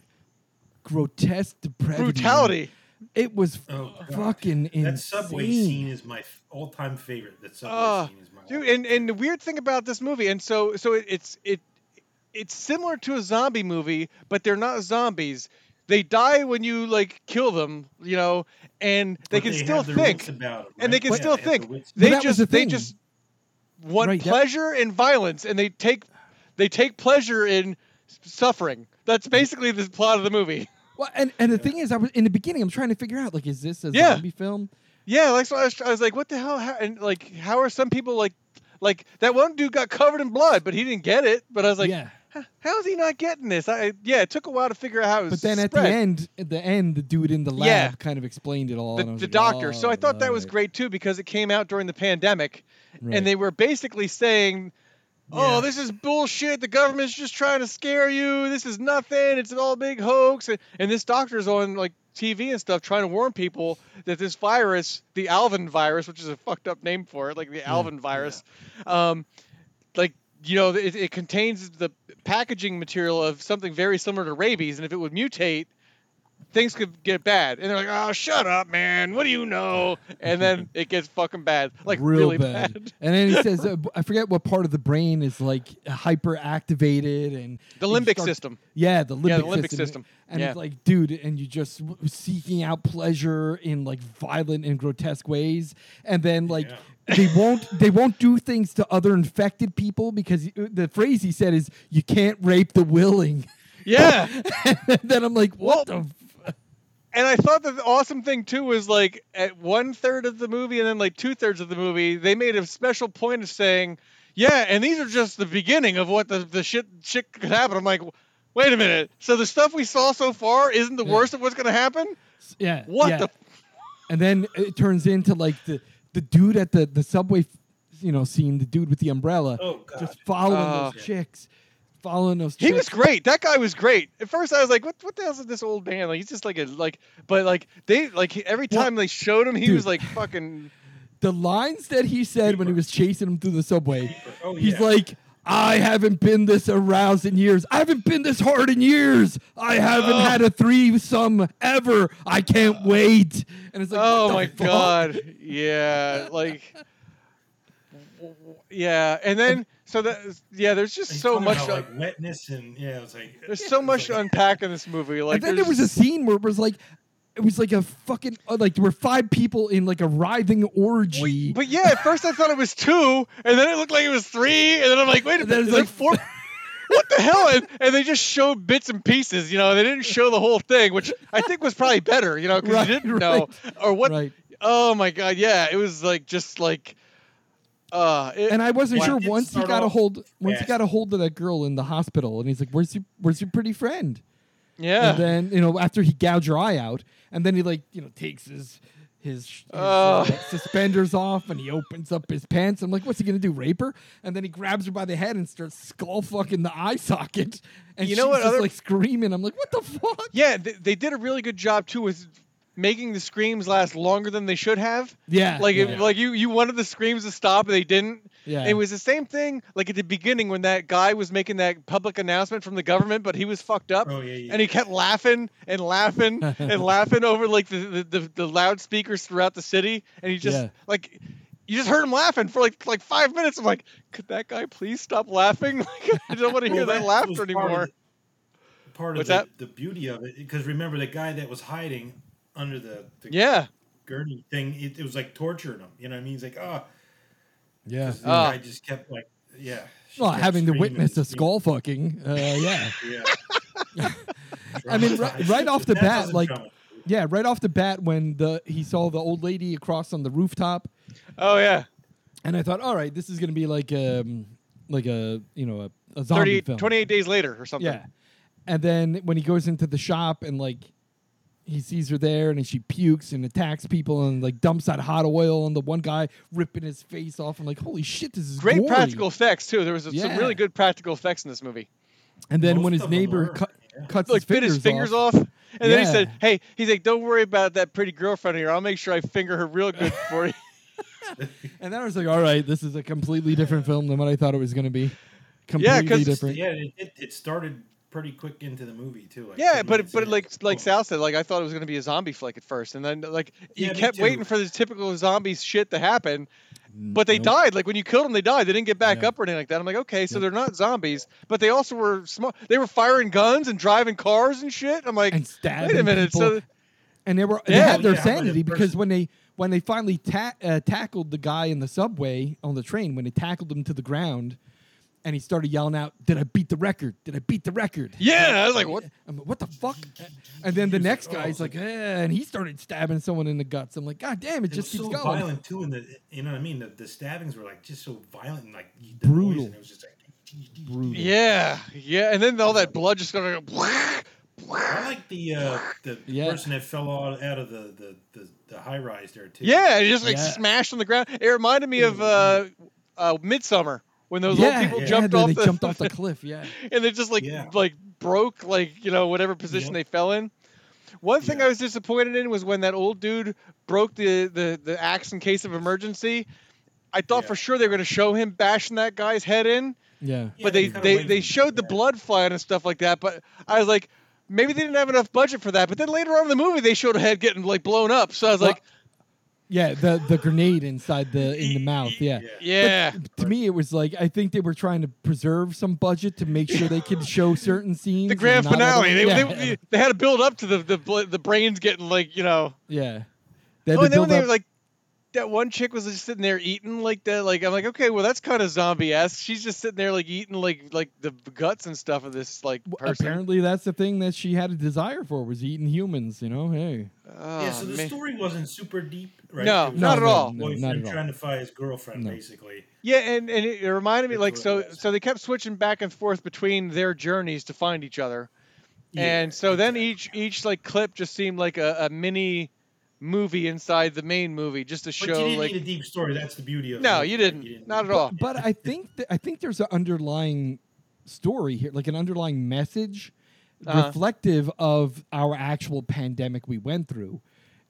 Speaker 1: grotesque depravity.
Speaker 2: Brutality.
Speaker 1: It was
Speaker 3: Oh, God.
Speaker 1: fucking insane.
Speaker 3: That subway scene is my f- all-time favorite. That subway
Speaker 2: Ah,
Speaker 3: scene is my.
Speaker 2: Dude,
Speaker 3: all-time
Speaker 2: and, and the weird thing about this movie, and so so it, it's it it's similar to a zombie movie, but they're not zombies. They die when you like kill them, you know, and they
Speaker 3: But
Speaker 2: can
Speaker 3: have
Speaker 2: still
Speaker 3: their
Speaker 2: think.
Speaker 3: wits about 'em,
Speaker 2: and
Speaker 3: right?
Speaker 2: they can
Speaker 3: Yeah,
Speaker 2: still
Speaker 3: have their
Speaker 2: think.
Speaker 3: wits-
Speaker 1: But
Speaker 2: They
Speaker 1: that was
Speaker 2: just
Speaker 1: the
Speaker 2: they
Speaker 1: thing.
Speaker 2: just want
Speaker 1: Right, that-
Speaker 2: pleasure in violence, and they take they take pleasure in suffering. That's basically the plot of the movie.
Speaker 1: Well, and, and the thing is, I was in the beginning. I'm trying to figure out, like, is this a
Speaker 2: Yeah.
Speaker 1: zombie film?
Speaker 2: Yeah, like so I, was, I was like, what the hell? How, and like, how are some people like, like that one dude got covered in blood, but he didn't get it. But I was like,
Speaker 1: yeah.
Speaker 2: "Huh, how is he not getting this? I yeah, it took a while to figure out how it
Speaker 1: But
Speaker 2: was.
Speaker 1: then at the
Speaker 2: spread.
Speaker 1: end, at the end, the dude in the lab
Speaker 2: Yeah.
Speaker 1: kind of explained it all. and I
Speaker 2: the,
Speaker 1: was
Speaker 2: the
Speaker 1: like,
Speaker 2: doctor. so I
Speaker 1: "Oh,
Speaker 2: thought that was
Speaker 1: right,
Speaker 2: great too because it came out during the pandemic,
Speaker 1: right."
Speaker 2: and they were basically saying. Oh,
Speaker 3: Yeah.
Speaker 2: this is bullshit. The government's just trying to scare you. This is nothing. It's an all big hoax. And, and this doctor's on like TV and stuff trying to warn people that this virus, the Alvin virus, which is a fucked up name for it, like the Alvin virus, um, like you know, it, it contains the packaging material of something very similar to rabies, and if it would mutate, things could get bad. And they're like, "Oh, shut up, man. What do you know?" And then it gets fucking bad, like
Speaker 1: Real
Speaker 2: really
Speaker 1: bad.
Speaker 2: bad.
Speaker 1: And then he says, uh, I forget what part of the brain is like hyper activated and
Speaker 2: The
Speaker 1: and you
Speaker 2: limbic
Speaker 1: start-
Speaker 2: system.
Speaker 1: Yeah, the limbic,
Speaker 2: Yeah, the limbic system.
Speaker 1: And
Speaker 2: Yeah.
Speaker 1: it's like, dude, and you just w- seeking out pleasure in like violent and grotesque ways, and then like they won't they won't do things to other infected people because y- the phrase he said is you can't rape the willing.
Speaker 2: Yeah.
Speaker 1: and then I'm like, what
Speaker 2: Well-
Speaker 1: the. F-?
Speaker 2: and I thought that the awesome thing too was like at one third of the movie and then like two thirds of the movie, they made a special point of saying, "Yeah, and these are just the beginning of what the, the shit shit could happen." I'm like, wait a minute. So the stuff we saw so far isn't the
Speaker 1: Yeah.
Speaker 2: worst of what's gonna happen?
Speaker 1: Yeah.
Speaker 2: What
Speaker 1: yeah.
Speaker 2: the?
Speaker 1: and then it turns into like the the dude at the the subway, you know, scene, the dude with the umbrella,
Speaker 3: Oh god.
Speaker 1: just following
Speaker 2: Uh,
Speaker 1: those chicks, following those.
Speaker 2: He
Speaker 1: chicks.
Speaker 2: was great. That guy was great. At first, I was like, "What? What the hell's with this old man? Like, he's just like a like." But like they like every
Speaker 1: Well,
Speaker 2: time they showed him, he
Speaker 1: dude.
Speaker 2: was like fucking.
Speaker 1: the lines that he said when he was chasing him through the subway.
Speaker 3: Oh,
Speaker 1: He's
Speaker 3: yeah.
Speaker 1: like, I haven't been this aroused in years. I haven't been this hard in years. I haven't
Speaker 2: Ugh.
Speaker 1: had a threesome ever. I can't wait. And it's like, what
Speaker 2: oh
Speaker 1: the
Speaker 2: my
Speaker 1: fuck?
Speaker 2: god yeah like w- w- yeah and then so that yeah there's just
Speaker 3: He's
Speaker 2: so
Speaker 3: talking
Speaker 2: much
Speaker 3: about,
Speaker 2: uh,
Speaker 3: like wetness and yeah, it's like
Speaker 2: there's so much to
Speaker 3: like,
Speaker 2: unpack in this movie like
Speaker 1: and then there
Speaker 2: there's-
Speaker 1: was a scene where it was like, it was like a fucking uh, like there were five people in like a writhing orgy.
Speaker 2: but yeah at first i thought it was two and then it looked like it was three and then i'm like wait a
Speaker 1: And then
Speaker 2: minute
Speaker 1: it's
Speaker 2: is there
Speaker 1: like-
Speaker 2: four what the hell? And, and they just showed bits and pieces. You know, they didn't show the whole thing, which I think was probably better. You know, because
Speaker 1: Right,
Speaker 2: you didn't
Speaker 1: right.
Speaker 2: know or what.
Speaker 1: right.
Speaker 2: Oh my god, yeah, it was like just like. Uh, it-
Speaker 1: And I wasn't
Speaker 3: Why
Speaker 1: sure
Speaker 3: did it
Speaker 1: once he
Speaker 3: start
Speaker 1: got a
Speaker 3: off
Speaker 1: hold once he
Speaker 3: fast?
Speaker 1: got a hold of that girl in the hospital and he's like, Where's your where's your pretty friend?
Speaker 2: yeah.
Speaker 1: And then, you know, after he gouged your eye out, and then he like, you know, takes his his, his uh,
Speaker 2: Oh.
Speaker 1: suspenders off and he opens up his pants. I'm like, what's he gonna do, rape her? And then he grabs her by the head and starts skull fucking the eye socket. And
Speaker 2: You know
Speaker 1: she's
Speaker 2: what
Speaker 1: just
Speaker 2: other-
Speaker 1: like screaming. I'm like, what the fuck?
Speaker 2: Yeah, they, they did a really good job too with making the screams last longer than they should have.
Speaker 1: Yeah,
Speaker 2: Like
Speaker 1: yeah,
Speaker 2: if, like you you wanted the screams to stop and they didn't.
Speaker 1: Yeah.
Speaker 2: It was the same thing like at the beginning when that guy was making that public announcement from the government, but he was fucked up.
Speaker 3: Oh, yeah, yeah.
Speaker 2: And he kept laughing and laughing and laughing over like the, the, the, the loudspeakers throughout the city, and he just
Speaker 1: Yeah.
Speaker 2: like. You just heard him laughing for like like five minutes. I'm like, could that guy please stop laughing? Like, I don't want to hear
Speaker 3: Well,
Speaker 2: that
Speaker 3: was
Speaker 2: laughter
Speaker 3: part of
Speaker 2: anymore.
Speaker 3: the- Part of
Speaker 2: What's
Speaker 3: the,
Speaker 2: that?
Speaker 3: the beauty of it, because remember the guy that was hiding under the, the
Speaker 2: Yeah.
Speaker 3: gurney thing, it, it was like torturing him. You know what I mean? He's like, oh,
Speaker 1: yeah.
Speaker 3: the
Speaker 2: Ah.
Speaker 3: guy just kept like, yeah. she
Speaker 1: Well,
Speaker 3: kept
Speaker 1: having to
Speaker 3: screaming
Speaker 1: witness a
Speaker 3: and
Speaker 1: skull fucking, uh, yeah.
Speaker 3: screaming. Yeah.
Speaker 1: I mean, right- right off the
Speaker 3: That
Speaker 1: bat,
Speaker 3: doesn't
Speaker 1: like-
Speaker 3: count.
Speaker 1: Yeah, right off the bat when the he saw the old lady across on the rooftop,
Speaker 2: Oh yeah.
Speaker 1: and I thought, all right, this is gonna be like um like a you know a, a zombie
Speaker 2: 30,
Speaker 1: film.
Speaker 2: 28 days later or something.
Speaker 1: yeah, and then when he goes into the shop and like he sees her there and she pukes and attacks people and like dumps that hot oil on the one guy ripping his face off. I'm like, holy shit, this is
Speaker 2: Great
Speaker 1: gory.
Speaker 2: practical effects too. There was some
Speaker 1: Yeah.
Speaker 2: really good practical effects in this movie.
Speaker 1: And then
Speaker 3: Most
Speaker 1: when his
Speaker 3: of them
Speaker 1: neighbor
Speaker 3: are,
Speaker 1: cut
Speaker 3: yeah.
Speaker 1: cuts
Speaker 2: Like
Speaker 1: his fingers,
Speaker 2: bit his fingers off. And then he said,
Speaker 1: Yeah.
Speaker 2: "Hey, he's like, don't worry about that pretty girlfriend here. I'll make sure I finger her real good for you."
Speaker 1: and then I was like, all right, this is a completely different film than what I thought it was gonna be.
Speaker 2: Yeah, 'cause
Speaker 1: Completely
Speaker 2: it's-
Speaker 1: different.
Speaker 3: Yeah, it, it, it started pretty quick into the movie too. Like
Speaker 2: yeah,
Speaker 3: 30
Speaker 2: but
Speaker 3: minutes
Speaker 2: but
Speaker 3: in.
Speaker 2: like like
Speaker 3: Cool.
Speaker 2: Sal said, like I thought it was gonna be a zombie flick at first, and then like you
Speaker 3: Yeah, me
Speaker 2: kept
Speaker 3: too.
Speaker 2: waiting for the typical zombie shit to happen, but they
Speaker 1: Nope.
Speaker 2: died. Like when you killed them, they died. They didn't get back
Speaker 1: Yeah.
Speaker 2: up or anything like that. I'm like, okay, so
Speaker 1: Yep.
Speaker 2: they're not zombies, but they also were smart. They were firing guns and driving cars and shit. I'm like,
Speaker 1: and stabbing
Speaker 2: wait a minute.
Speaker 1: people.
Speaker 2: So
Speaker 1: and they were they
Speaker 2: Yeah.
Speaker 1: had their
Speaker 3: Yeah, like a
Speaker 1: sanity because
Speaker 3: person.
Speaker 1: when they when they finally ta- uh, tackled the guy in the subway on the train when they tackled him to the ground and he started yelling out did i beat the record did i beat the record
Speaker 2: yeah, I was like, what?
Speaker 1: I'm like, what the fuck and then the
Speaker 3: He was
Speaker 1: next
Speaker 3: like, oh,
Speaker 1: guy's like
Speaker 3: like-
Speaker 1: eh, and he started stabbing someone in the guts i'm like god damn it,
Speaker 3: It
Speaker 1: just
Speaker 3: was
Speaker 1: keeps
Speaker 3: so
Speaker 1: going
Speaker 3: violent too, and the you know what I mean. The, the stabbings were like just so violent, and like the noise,
Speaker 1: Brutal.
Speaker 3: and it was just like.
Speaker 1: Brutal.
Speaker 2: Yeah, yeah, and then all that blood just gonna go.
Speaker 3: I like the uh, the
Speaker 1: Yeah.
Speaker 3: person that fell out, out of the, the, the, the high rise there too.
Speaker 2: Yeah, it just like
Speaker 1: Yeah.
Speaker 2: smashed on the ground. It reminded me of uh, uh, Midsummer when those
Speaker 1: yeah,
Speaker 2: old people
Speaker 1: yeah,
Speaker 2: jumped
Speaker 1: they,
Speaker 2: off
Speaker 1: they
Speaker 2: the
Speaker 1: jumped off the cliff yeah
Speaker 2: and they just like
Speaker 3: Yeah.
Speaker 2: like broke like you know whatever position they fell in. One thing
Speaker 3: Yeah.
Speaker 2: I was disappointed in was when that old dude broke the the, the axe in case of emergency. I thought
Speaker 3: Yeah.
Speaker 2: for sure they were gonna show him bashing that guy's head in,
Speaker 1: yeah
Speaker 3: Yeah,
Speaker 2: but they
Speaker 3: kinda
Speaker 2: they,
Speaker 3: waited
Speaker 2: they
Speaker 3: for
Speaker 2: showed the
Speaker 3: that.
Speaker 2: blood flying and stuff like that. But I was like, maybe they didn't have enough budget for that. But then later on in the movie, they showed a head getting like blown up. So I was
Speaker 1: Well,
Speaker 2: like,
Speaker 1: yeah the, the grenade inside the in the mouth yeah
Speaker 2: yeah,
Speaker 1: to me it was like I think they were trying to preserve some budget to make sure they could show certain scenes.
Speaker 2: the
Speaker 1: and
Speaker 2: grand
Speaker 1: not other-
Speaker 2: finale. They,
Speaker 1: yeah,
Speaker 2: they, they had to build up to the the, bl- the brains getting like you know.
Speaker 1: yeah. They had to
Speaker 2: oh, and then when
Speaker 1: build
Speaker 2: they
Speaker 1: up.
Speaker 2: were like. That one chick was just sitting there eating like that. Like I'm like, okay, well that's kind of zombie esque. She's just sitting there like eating like like the guts and stuff of this like
Speaker 1: w-
Speaker 2: person.
Speaker 1: apparently that's the thing that she had a desire for was eating humans. You know, hey,
Speaker 2: Oh,
Speaker 3: Yeah, so the
Speaker 2: man.
Speaker 3: story wasn't super deep, right?
Speaker 2: No,
Speaker 3: It was
Speaker 2: not
Speaker 3: just
Speaker 2: at all.
Speaker 3: a
Speaker 1: No,
Speaker 3: Boyfriend
Speaker 1: not at all.
Speaker 3: trying to find his girlfriend,
Speaker 1: No.
Speaker 3: basically.
Speaker 2: Yeah, and, and it, it reminded me
Speaker 3: That's
Speaker 2: like
Speaker 3: what it
Speaker 2: so
Speaker 3: was.
Speaker 2: so they kept switching back and forth between their journeys to find each other.
Speaker 3: Yeah,
Speaker 2: and so then
Speaker 3: exactly.
Speaker 2: each each like clip just seemed like a, a mini movie inside the main movie just to
Speaker 3: But you
Speaker 2: show
Speaker 3: didn't
Speaker 2: like
Speaker 3: need a deep story. That's the beauty of it.
Speaker 2: No, you didn't. Not at all.
Speaker 1: but I think th- I think there's an underlying story here, like an underlying message,
Speaker 2: Uh-huh.
Speaker 1: reflective of our actual pandemic we went through.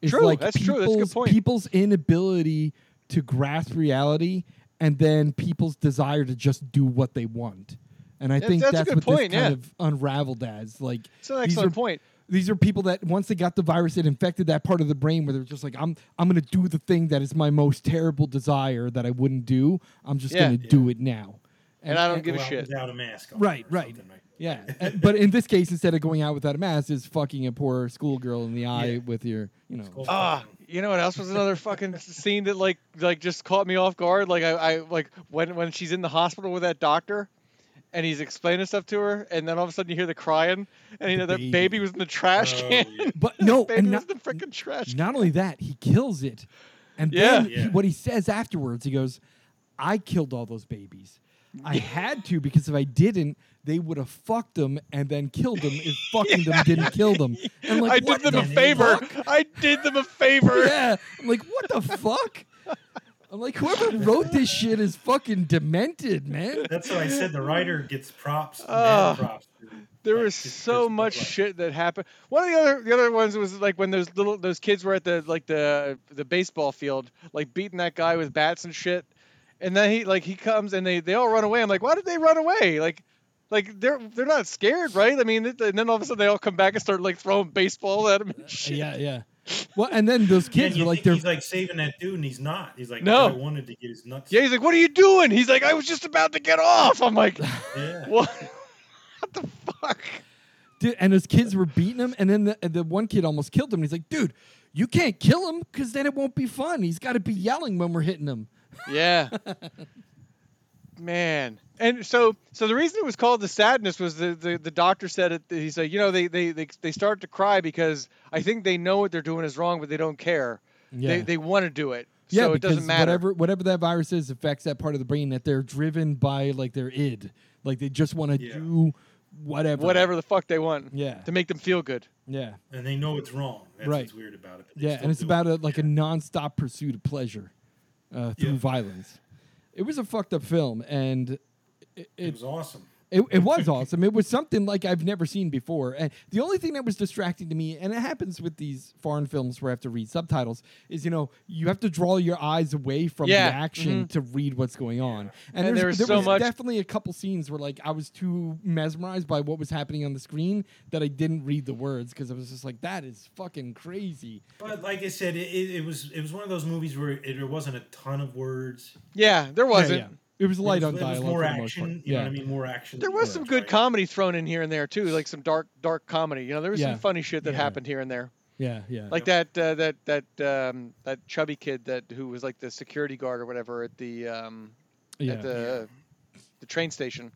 Speaker 1: It's
Speaker 2: True,
Speaker 1: like
Speaker 2: that's true,
Speaker 1: people's,
Speaker 2: that's a good point.
Speaker 1: People's inability to grasp reality, and then people's desire to just do what they want. And I
Speaker 2: That's-
Speaker 1: think
Speaker 2: that's
Speaker 1: that's,
Speaker 2: a good
Speaker 1: what
Speaker 2: point,
Speaker 1: this kind
Speaker 2: yeah.
Speaker 1: of unraveled as. Like
Speaker 2: it's an
Speaker 1: these are
Speaker 2: excellent point.
Speaker 1: these are people that once they got the virus, it infected that part of the brain where they're just like, I'm I'm gonna do the thing that is my most terrible desire that I wouldn't do. I'm just
Speaker 2: Yeah.
Speaker 1: gonna do it now.
Speaker 2: And I don't give a
Speaker 3: Well,
Speaker 2: shit.
Speaker 3: Without a mask. on
Speaker 1: Right,
Speaker 3: or
Speaker 1: right.
Speaker 3: something,
Speaker 1: Yeah. Uh, but in this case, instead of going out without a mask, is fucking a poor schoolgirl in the eye
Speaker 3: Yeah.
Speaker 1: with your you know
Speaker 3: Skull
Speaker 2: Ah,
Speaker 3: fucking-
Speaker 2: you know what else was another fucking scene that like like just caught me off guard. Like I, I like when when she's in the hospital with that doctor, and he's explaining stuff to her, and then all of a sudden you hear the crying, and you know that
Speaker 1: Baby.
Speaker 2: baby, was in the trash
Speaker 3: Oh,
Speaker 2: can.
Speaker 3: yeah.
Speaker 1: But no,
Speaker 2: baby
Speaker 1: and
Speaker 2: was
Speaker 1: not,
Speaker 2: in the freaking trash.
Speaker 1: not only that, he kills it. And
Speaker 2: Yeah.
Speaker 1: then he-
Speaker 3: Yeah.
Speaker 1: what he says afterwards, he goes, I killed all those babies. I had to because if I didn't, they would have fucked them and then killed them if fucking them didn't kill them. And I'm like,
Speaker 2: I did
Speaker 1: what
Speaker 2: them a
Speaker 1: the
Speaker 2: favor.
Speaker 1: fuck?
Speaker 2: I did them a favor.
Speaker 1: Yeah. I'm like, what the fuck? I'm like, whoever wrote this shit is fucking demented, man.
Speaker 3: That's what I said. The writer gets props.
Speaker 2: Oh.
Speaker 3: mad props.
Speaker 2: There
Speaker 3: Like,
Speaker 2: was
Speaker 3: just
Speaker 2: so
Speaker 3: Christopher
Speaker 2: much
Speaker 3: Plummer.
Speaker 2: shit that happened. One of the other the other ones was like when those little those kids were at the like the the baseball field, like beating that guy with bats and shit. And then he like he comes and they they all run away. I'm like, why did they run away? Like, like they're they're not scared, right? I mean, th- and then all of a sudden they all come back and start like throwing baseball at him and shit.
Speaker 1: Yeah, yeah. Well, and then those kids
Speaker 3: And you
Speaker 1: were like,
Speaker 3: think
Speaker 1: they're
Speaker 3: he's like saving that dude, and he's not. He's like,
Speaker 2: No.
Speaker 3: I wanted to get his nuts.
Speaker 2: Yeah, he's like, what are you doing? He's like, I was just about to get off. I'm like,
Speaker 3: Yeah.
Speaker 2: what? what the fuck?
Speaker 1: Dude, and his kids were beating him, and then the, the one kid almost killed him. And he's like, "Dude, you can't kill him because then it won't be fun. He's got to be yelling when we're hitting him."
Speaker 2: Yeah. Man. And so so the reason it was called the sadness was the the, the doctor said it he said, you know, they, they they they start to cry because I think they know what they're doing is wrong, but they don't care. They they want to do it.
Speaker 1: yeah,
Speaker 2: so it
Speaker 1: because
Speaker 2: doesn't matter.
Speaker 1: whatever whatever that virus is affects that part of the brain that they're driven by, like their id, like they just want to
Speaker 3: Yeah.
Speaker 1: do whatever,
Speaker 2: whatever the fuck they want.
Speaker 1: Yeah,
Speaker 2: To make them feel good.
Speaker 1: yeah,
Speaker 3: And they know it's wrong. That's
Speaker 1: Right.
Speaker 3: what's weird about it. but they
Speaker 1: yeah.
Speaker 3: still
Speaker 1: And it's
Speaker 3: do
Speaker 1: about
Speaker 3: it.
Speaker 1: a like a nonstop pursuit of pleasure uh, through
Speaker 3: Yeah.
Speaker 1: violence. It was a fucked up film, and it,
Speaker 3: It
Speaker 1: it
Speaker 3: was awesome.
Speaker 1: It, it was awesome. It was something like I've never seen before. And the only thing that was distracting to me, and it happens with these foreign films where I have to read subtitles, is you know you have to draw your eyes away from
Speaker 2: Yeah, Mm-hmm.
Speaker 1: the action to read what's going on. And, there's-
Speaker 2: And there was
Speaker 1: there
Speaker 2: so
Speaker 1: was
Speaker 2: much-
Speaker 1: definitely a couple scenes where like I was too mesmerized by what was happening on the screen that I didn't read the words because I was just like that is fucking crazy.
Speaker 3: But like I said, it, it, it was it was one of those movies where it, there wasn't a ton of words.
Speaker 2: Yeah, there wasn't.
Speaker 1: Yeah, yeah. It was light
Speaker 3: it
Speaker 1: on
Speaker 3: was,
Speaker 1: dialogue.
Speaker 3: It was
Speaker 1: for
Speaker 3: more
Speaker 1: the most
Speaker 3: action.
Speaker 1: part.
Speaker 3: You know
Speaker 1: yeah.
Speaker 3: what I mean? More action.
Speaker 2: There
Speaker 3: than
Speaker 2: was
Speaker 3: words,
Speaker 2: some good
Speaker 3: right?
Speaker 2: comedy thrown in here and there too, like some dark dark comedy. You know, there was
Speaker 1: Yeah.
Speaker 2: some funny shit that
Speaker 1: Yeah.
Speaker 2: happened here and there.
Speaker 1: yeah, yeah,
Speaker 2: like that uh, that that um, that chubby kid that who was like the security guard or whatever at the um,
Speaker 1: yeah,
Speaker 2: at the uh, the train station.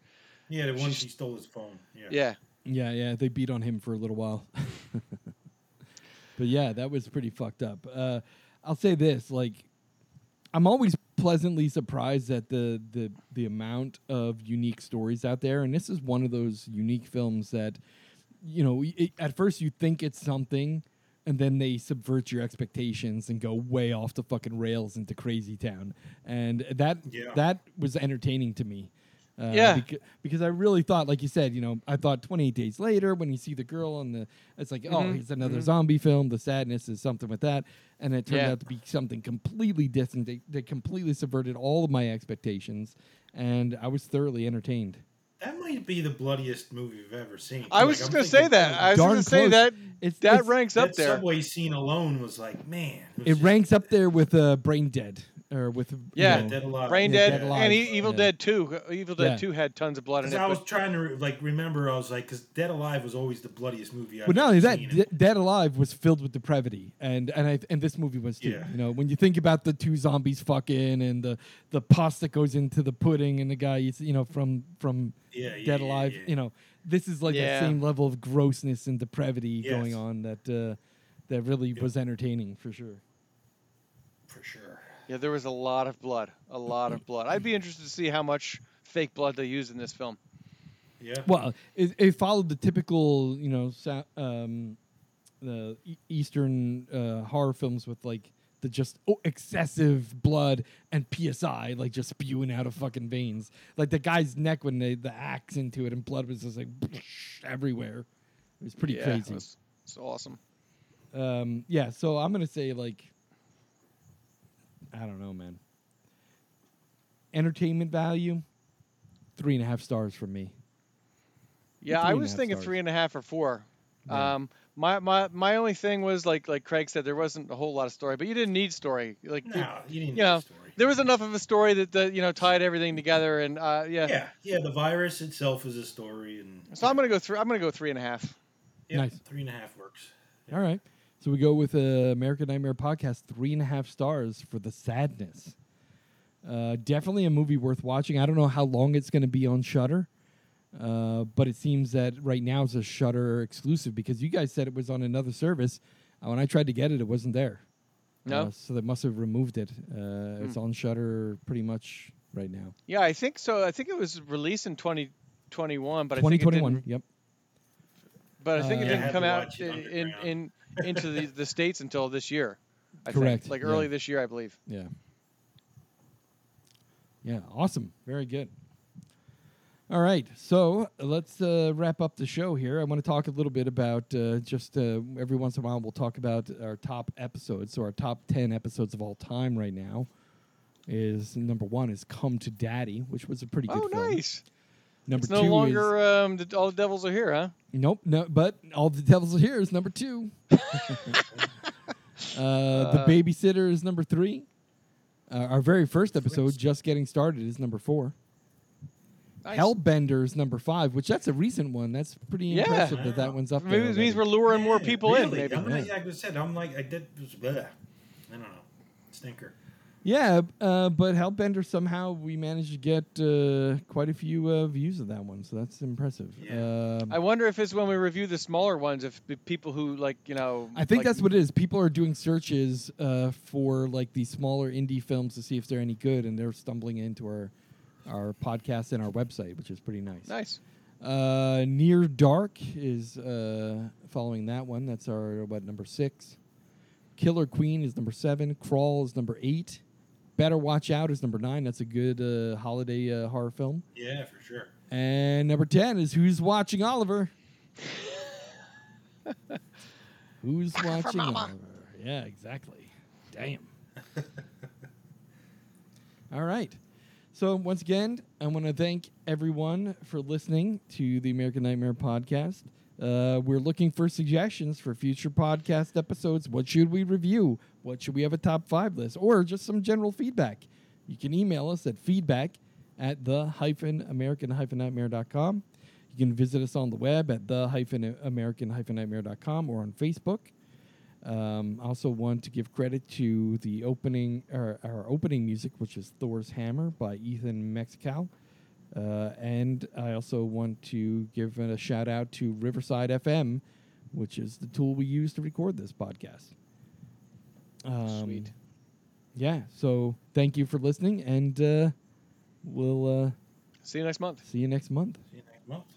Speaker 3: Yeah, the one
Speaker 2: She's-
Speaker 3: she stole his phone. Yeah.
Speaker 2: Yeah,
Speaker 1: Yeah, yeah, they beat on him for a little while. but yeah, that was pretty fucked up. Uh, I'll say this: like, I'm always pleasantly surprised at the the the amount of unique stories out there, and this is one of those unique films that, you know, y- it, at first you think it's something, and then they subvert your expectations and go way off the fucking rails into crazy town, and that
Speaker 3: Yeah.
Speaker 1: that was entertaining to me. Uh,
Speaker 2: Yeah.
Speaker 1: becau- because I really thought, like you said, you know, I thought 28 Days Later when you see the girl on the, it's like, oh,
Speaker 2: Mhm,
Speaker 1: it's another
Speaker 2: mhm.
Speaker 1: zombie film. The sadness is something with that, and it turned
Speaker 2: Yeah.
Speaker 1: out to be something completely different. They, they completely subverted all of my expectations, and I was thoroughly entertained.
Speaker 3: That might be the bloodiest movie I've ever seen.
Speaker 2: I was
Speaker 3: Like,
Speaker 2: just
Speaker 3: I'm
Speaker 2: gonna
Speaker 3: thinking
Speaker 2: say that. I was
Speaker 1: Darn
Speaker 2: gonna say
Speaker 1: close.
Speaker 2: that
Speaker 1: It's
Speaker 2: that
Speaker 1: it's-
Speaker 2: ranks
Speaker 3: that
Speaker 2: up there.
Speaker 3: subway scene alone was like, man. was
Speaker 1: It
Speaker 3: just
Speaker 1: ranks up there with uh, Brain Dead or with you
Speaker 2: Yeah.
Speaker 1: know,
Speaker 3: Dead Alive.
Speaker 2: Brain
Speaker 1: Yeah,
Speaker 2: Dead,
Speaker 1: Dead Alive,
Speaker 2: and E- Evil
Speaker 1: yeah.
Speaker 2: Dead Two. Evil Dead
Speaker 1: Yeah.
Speaker 2: Two had tons of blood in it.
Speaker 3: Because I was
Speaker 2: but-
Speaker 3: trying to re- like remember, I was like, because Dead Alive was always the bloodiest movie. I've
Speaker 1: But not
Speaker 3: ever
Speaker 1: only that,
Speaker 3: seen.
Speaker 1: De- Dead Alive was filled with depravity, and and I and this movie was too.
Speaker 3: Yeah.
Speaker 1: You know, when you think about the two zombies fucking and the the pasta goes into the pudding and the guy eats, you know, from from
Speaker 3: Yeah, yeah,
Speaker 1: Dead
Speaker 3: yeah,
Speaker 1: Alive,
Speaker 3: yeah.
Speaker 1: you know, this is like
Speaker 2: Yeah.
Speaker 1: that same level of grossness and depravity
Speaker 3: Yes.
Speaker 1: going on that uh, that really was entertaining for sure.
Speaker 3: for sure.
Speaker 2: yeah, there was a lot of blood, a lot of blood. I'd be interested to see how much fake blood they used in this film.
Speaker 3: Yeah.
Speaker 1: Well, it, it followed the typical, you know, sa- um, the e- Eastern uh, horror films with like the just oh, excessive blood and PSI, like just spewing out of fucking veins. Like the guy's neck when they the axe into it, and blood was just like everywhere. It was pretty
Speaker 2: yeah,
Speaker 1: crazy.
Speaker 2: It's awesome.
Speaker 1: Um, yeah, so I'm gonna say like, I don't know, man. Entertainment value, three and a half stars from me.
Speaker 2: Yeah,
Speaker 1: Three
Speaker 2: I
Speaker 1: and a
Speaker 2: was
Speaker 1: half
Speaker 2: thinking
Speaker 1: stars.
Speaker 2: three and a half or four.
Speaker 1: Yeah.
Speaker 2: Um, my, my my only thing was like like Craig said, there wasn't a whole lot of story, but you didn't need story. Like the-
Speaker 3: no, you didn't.
Speaker 2: you know,
Speaker 3: know, the story.
Speaker 2: there was enough of a story that the, you know tied everything together, and uh, yeah.
Speaker 3: yeah, yeah. The virus itself is a story, and
Speaker 2: So I'm gonna go three. I'm gonna go three and a half.
Speaker 3: yeah,
Speaker 1: Nice.
Speaker 3: three and a half works.
Speaker 1: All right. So we go with uh, American Nightmare Podcast, three and a half stars for the sadness. Uh, definitely a movie worth watching. I don't know how long it's going to be on Shutter, Uh, but it seems that right now it's a Shutter exclusive because you guys said it was on another service. Uh, when I tried to get it, it wasn't there.
Speaker 2: No? Hmm.
Speaker 1: Uh, so they must have removed it. Uh, It's on Shutter pretty much right now.
Speaker 2: Yeah, I think so. I think it was released in 2021, but I think it
Speaker 1: 2021.
Speaker 2: didn't,
Speaker 1: Yep.
Speaker 2: but I think
Speaker 1: Uh, Yeah,
Speaker 2: it
Speaker 1: I
Speaker 2: didn't
Speaker 3: had
Speaker 2: come
Speaker 3: to
Speaker 2: out
Speaker 3: watch it
Speaker 2: in, in,
Speaker 3: underground.
Speaker 2: in into the, the states until this year. I
Speaker 1: Correct,
Speaker 2: Think. Like
Speaker 1: yeah.
Speaker 2: early this year, I believe.
Speaker 1: Yeah. Yeah. Awesome. Very good. All right. So let's uh, wrap up the show here. I want to talk a little bit about uh, just uh, every once in a while we'll talk about our top episodes. So our top ten episodes of all time right now is number one is Come to Daddy, which was a pretty good
Speaker 2: Oh,
Speaker 1: film.
Speaker 2: nice.
Speaker 1: Number
Speaker 2: It's
Speaker 1: two
Speaker 2: no
Speaker 1: is
Speaker 2: longer um, the, all the devils are here, huh?
Speaker 1: Nope, no, but all the devils are here is number two. uh, the babysitter is number three. Uh, our very first episode, just getting started, is number four.
Speaker 2: Nice.
Speaker 1: Hellbender is number five, which that's a recent one. That's pretty
Speaker 2: Yeah.
Speaker 1: impressive that that one's up there.
Speaker 2: Maybe it means we're
Speaker 1: already.
Speaker 2: luring more
Speaker 3: Yeah,
Speaker 2: people in.
Speaker 3: really.
Speaker 2: Maybe.
Speaker 3: I'm gonna,
Speaker 1: Yeah.
Speaker 3: like I said, I'm like I did. Bleh. I don't know. Stinker.
Speaker 1: yeah, uh, but Hellbender somehow we managed to get uh, quite a few uh, views of that one, so that's impressive.
Speaker 3: Yeah.
Speaker 1: Um,
Speaker 2: I wonder if it's when we review the smaller ones, if the people who like you know.
Speaker 1: I think
Speaker 2: like-
Speaker 1: that's what it is. People are doing searches uh, for like these smaller indie films to see if they're any good, and they're stumbling into our our podcast and our website, which is pretty nice.
Speaker 2: Nice.
Speaker 1: Uh, Near Dark is uh, following that one. That's our what number six. Killer Queen is number seven. Crawl is number eight. Better Watch Out is number nine. That's a good uh, holiday uh, horror film.
Speaker 3: Yeah, for sure.
Speaker 1: And number 10 is Who's Watching Oliver? Who's Watching Oliver? Yeah, exactly. Damn. All right. So, once again, I want to thank everyone for listening to the American Nightmare podcast. Uh, we're looking for suggestions for future podcast episodes. What should we review? What should we have a top five list? Or just some general feedback. You can email us at feedback at the hyphen American hyphen nightmare.com. You can visit us on the web at the hyphen American hyphen nightmare.com or on Facebook. Um, I also want to give credit to the opening or our opening music, which is Thor's Hammer by Ethan Mexical. Uh, and I also want to give a shout out to Riverside FM, which is the tool we use to record this podcast. Um,
Speaker 2: Sweet.
Speaker 1: Yeah. So thank you for listening, and uh, we'll uh,
Speaker 2: See you next month.
Speaker 1: see you next month.
Speaker 3: See you next month.